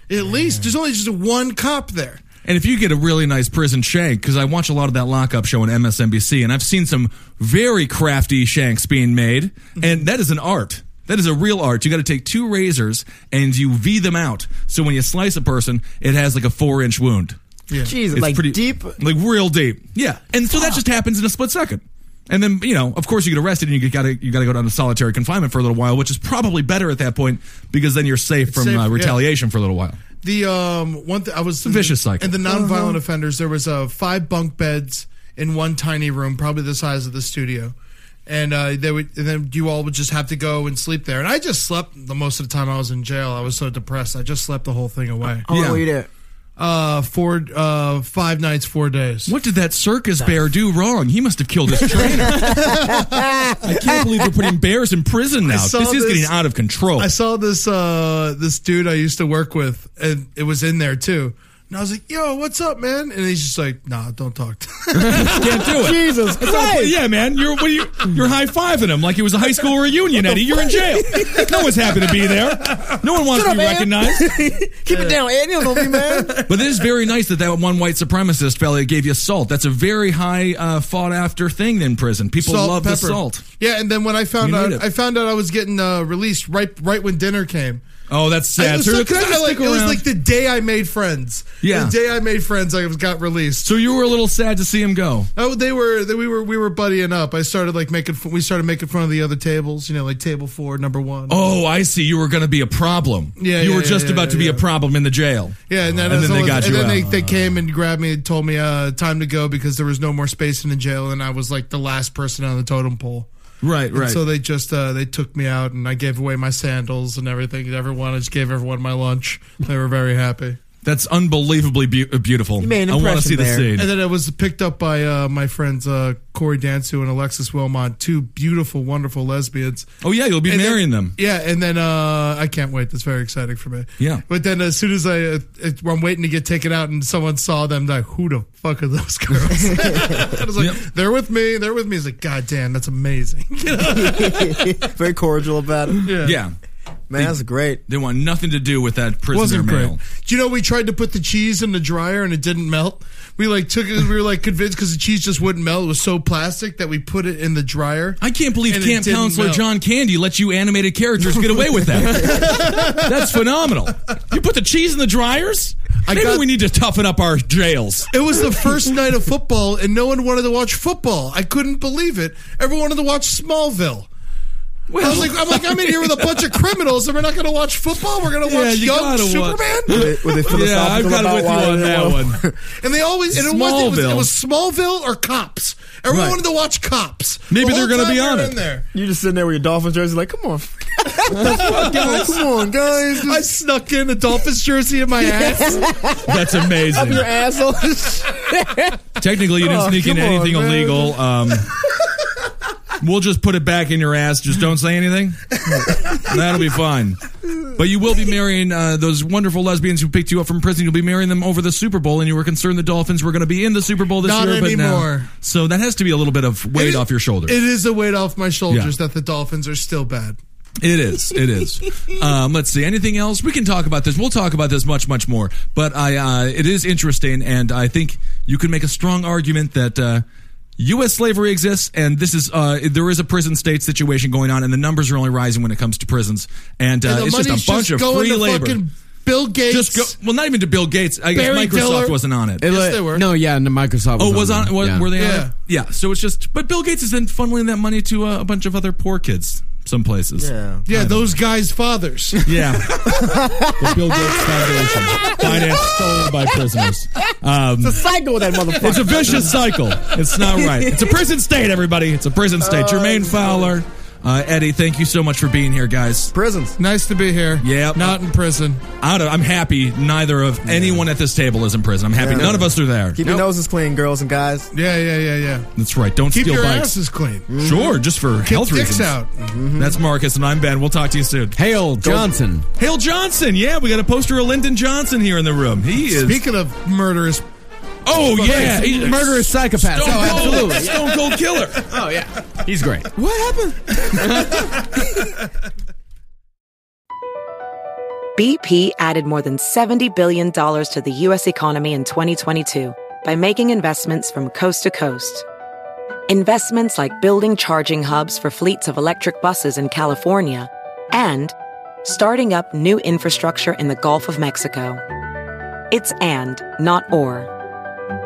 S10: At least there's only just one cop there.
S7: And if you get a really nice prison shank, because I watch a lot of that lockup show on MSNBC, and I've seen some very crafty shanks being made,
S10: Mm-hmm.
S7: and that is an art. That is a real art. You got to take two razors and you V them out. So when you slice a person, it has like a four inch wound.
S8: Yeah. Jesus,
S7: It's
S8: like
S7: pretty-
S8: deep.
S7: like real deep. Yeah, and so that just happens in a split second. And then you know, of course, you get arrested and you got to you got to go down to solitary confinement for a little while, which is probably better at that point because then you're safe from
S10: safe,
S7: uh,
S10: yeah.
S7: retaliation for a little while.
S10: The um one th- I was
S7: a vicious cycle.
S10: And the nonviolent
S7: Uh-huh.
S10: violent offenders, there was uh, five bunk beds in one tiny room, probably the size of the studio. And uh, they would, and then you all would just have to go and sleep there. And I just slept the most of the time I was in jail. I was so depressed, I just slept the whole thing away.
S8: Oh, How long were you there?
S10: uh, four, uh, five nights, four days.
S7: What did that circus bear do wrong? He must have killed his trainer. I can't believe we're putting bears in prison
S10: I
S7: now. This
S10: saw
S7: is getting out of control.
S10: I saw this uh, this dude I used to work with, and it was in there too. And I was like, "Yo, what's up, man?" And he's just like, "Nah, don't talk." to
S7: can't do it.
S10: Jesus
S7: It's not-
S10: Christ.
S7: yeah, man, you're what are you, you're high fiving him like it was a high school reunion, Eddie. You're in jail. No one's happy to be there. No one wants to be recognized.
S8: Keep it down, Ed. You don't know me, man.
S7: But it is very nice that that one white supremacist fella gave you salt. That's a very high uh, thought after thing in prison. People
S10: Salt,
S7: love the
S10: pepper.
S7: salt.
S10: Yeah, and then when I found
S7: You need
S10: out,
S7: it.
S10: I found out I was getting uh, released right right when dinner came.
S7: Oh, that's
S10: I-
S7: sad.
S10: it, was
S7: So
S10: so- 'cause I,
S7: stick
S10: like, it was
S7: around.
S10: like the day I made friends.
S7: Yeah.
S10: the day I made friends, I was got released.
S7: So you were a little sad to see him go.
S10: Oh, they were they, we were we were buddying up. I started like making f- we started making fun of the other tables. You know, like table four, number one.
S7: Oh, I see. You were going to be a problem.
S10: Yeah,
S7: you
S10: yeah,
S7: were
S10: yeah,
S7: just
S10: yeah,
S7: about to be a problem in the jail.
S10: Yeah, and then,
S7: and then they
S10: all-
S7: got
S10: and
S7: you
S10: then They,
S7: out.
S10: they came and grabbed me and told me uh, time to go because there was no more space in the jail, and I was like the last person on the totem pole.
S7: Right,
S10: And
S7: right.
S10: so they just uh, they took me out, and I gave away my sandals and everything. And everyone, I just gave everyone my lunch. They were very happy.
S7: That's unbelievably beau- beautiful. I want to see the scene.
S10: And then it was picked up by uh, my friends uh, Corey Dansu and Alexis Wilmot, two beautiful, wonderful lesbians.
S7: Oh yeah, you'll be
S10: And then-
S7: marrying them.
S10: Yeah, and then uh, I can't wait. That's very exciting for me.
S7: Yeah.
S10: But then as soon as I, uh, it, I'm waiting to get taken out, and someone saw them, like, who the fuck are those girls? I was like, they're with me. They're with me. He's like, God damn, that's amazing.
S8: Very cordial about it.
S10: Yeah.
S7: Yeah.
S8: Man, that's great.
S7: They want nothing to do with that prisoner
S10: Wasn't great.
S7: mail.
S10: Do you know we tried to put the cheese in the dryer and it didn't melt? We like took it. We were like convinced because the cheese just wouldn't melt. It was so plastic that we put it in the dryer.
S7: I can't believe
S10: And it
S7: camp
S10: didn't
S7: counselor
S10: melt.
S7: John Candy let you animated characters get away with that. That's phenomenal. You put the cheese in the dryers?
S10: I
S7: Maybe
S10: got-
S7: we need to toughen up our jails.
S10: It was the first night of football, and no one wanted to watch football. I couldn't believe it. Everyone wanted to watch Smallville. I was like, I'm like, I'm in here with a bunch of criminals, and we're not going to watch football. We're going to
S7: Yeah,
S10: watch
S7: you
S10: young
S7: gotta watch-
S10: Superman.
S8: Were they- were they philosophical
S7: yeah, I've got
S8: about
S7: it with you
S8: why
S7: on
S8: they
S7: that
S8: were-
S7: one.
S10: And they always and it was, it was it
S7: Smallville.
S10: was Smallville or Cops. Everyone
S7: Right.
S10: wanted to watch Cops.
S7: Maybe they're
S10: going
S7: gonna
S10: to
S7: be on it.
S10: In there.
S8: You just sitting there with your dolphin jersey, like, come on,
S10: guys.
S8: come on, guys.
S10: I snuck in a Dolphins jersey in my ass.
S7: That's amazing.
S8: Your asshole.
S7: Technically, you didn't
S8: Oh,
S7: sneak in
S8: come on,
S7: anything
S8: man.
S7: illegal. Um, we'll just put it back in your ass. Just don't say anything. That'll be fine. But you will be marrying uh, those wonderful lesbians who picked you up from prison. You'll be marrying them over the Super Bowl, and you were concerned the Dolphins were going to be in the Super Bowl this
S10: Not
S7: year, but now.
S10: anymore.
S7: So that has to be a little bit of weight off your shoulders.
S10: It is a weight off my shoulders that the Dolphins are still bad.
S7: It is. It is. um, let's see. Anything else? We can talk about this. We'll talk about this much, much more. But I, uh, it is interesting, and I think you can make a strong argument that uh, U.S. slavery exists, and this is uh, there is a prison state situation going on, and the numbers are only rising when it comes to prisons, and, uh,
S10: And the
S7: it's just
S10: money's
S7: a bunch
S10: just
S7: of
S10: going
S7: free
S10: to
S7: labor.
S10: fucking Bill Gates.
S7: Just go. Well, not even to Bill Gates. I guess
S10: Barry
S7: Microsoft
S10: Diller.
S7: wasn't on it.
S9: It
S10: Yes,
S9: li-
S10: they were.
S9: No, yeah, and the Microsoft.
S7: Oh, was on?
S9: there.
S7: wa-
S9: Yeah.
S7: Were they on?
S10: Yeah.
S7: it? Yeah. So it's just, but Bill Gates is then funneling that money to uh, a bunch of other poor kids, some places.
S8: Yeah.
S10: yeah, those guys' fathers.
S7: Yeah. the Bill Gates Foundation. Finance stolen by prisoners. Um,
S8: It's a cycle with that motherfucker.
S7: it's a vicious cycle. It's not right. It's a prison state, everybody. It's a prison state. Jermaine Fowler, uh, Eddie, thank you so much for being here, guys.
S8: prisons.
S10: nice to be here.
S7: Yep.
S10: Not in prison.
S7: I don't, I'm happy neither of anyone at this table is in prison. I'm happy
S8: Yeah.
S7: none of us are there.
S8: Keep your noses clean, girls and guys.
S10: Yeah, yeah, yeah, yeah.
S7: That's right. Don't
S10: Keep
S7: steal
S10: your
S7: bikes.
S10: asses clean.
S7: Sure, just for
S10: Get
S7: health
S10: dicks
S7: reasons.
S10: out.
S7: That's Marcus, and I'm Ben. We'll talk to you soon.
S9: Hail Johnson.
S7: Hale Johnson. Yeah, we got a poster of Lyndon Johnson here in the room. He is.
S10: Speaking of murderous,
S7: oh yeah, he's
S9: Murderous psychopath.
S7: Stone
S9: Oh,
S7: Cold,
S9: absolutely.
S7: Stone Cold Killer.
S9: Oh yeah, he's great.
S8: What happened?
S14: BP added more than $70 billion to the U.S. economy in 2022 by making investments from coast to coast. Investments like building charging hubs for fleets of electric buses in California and starting up new infrastructure in the Gulf of Mexico. It's and, not or.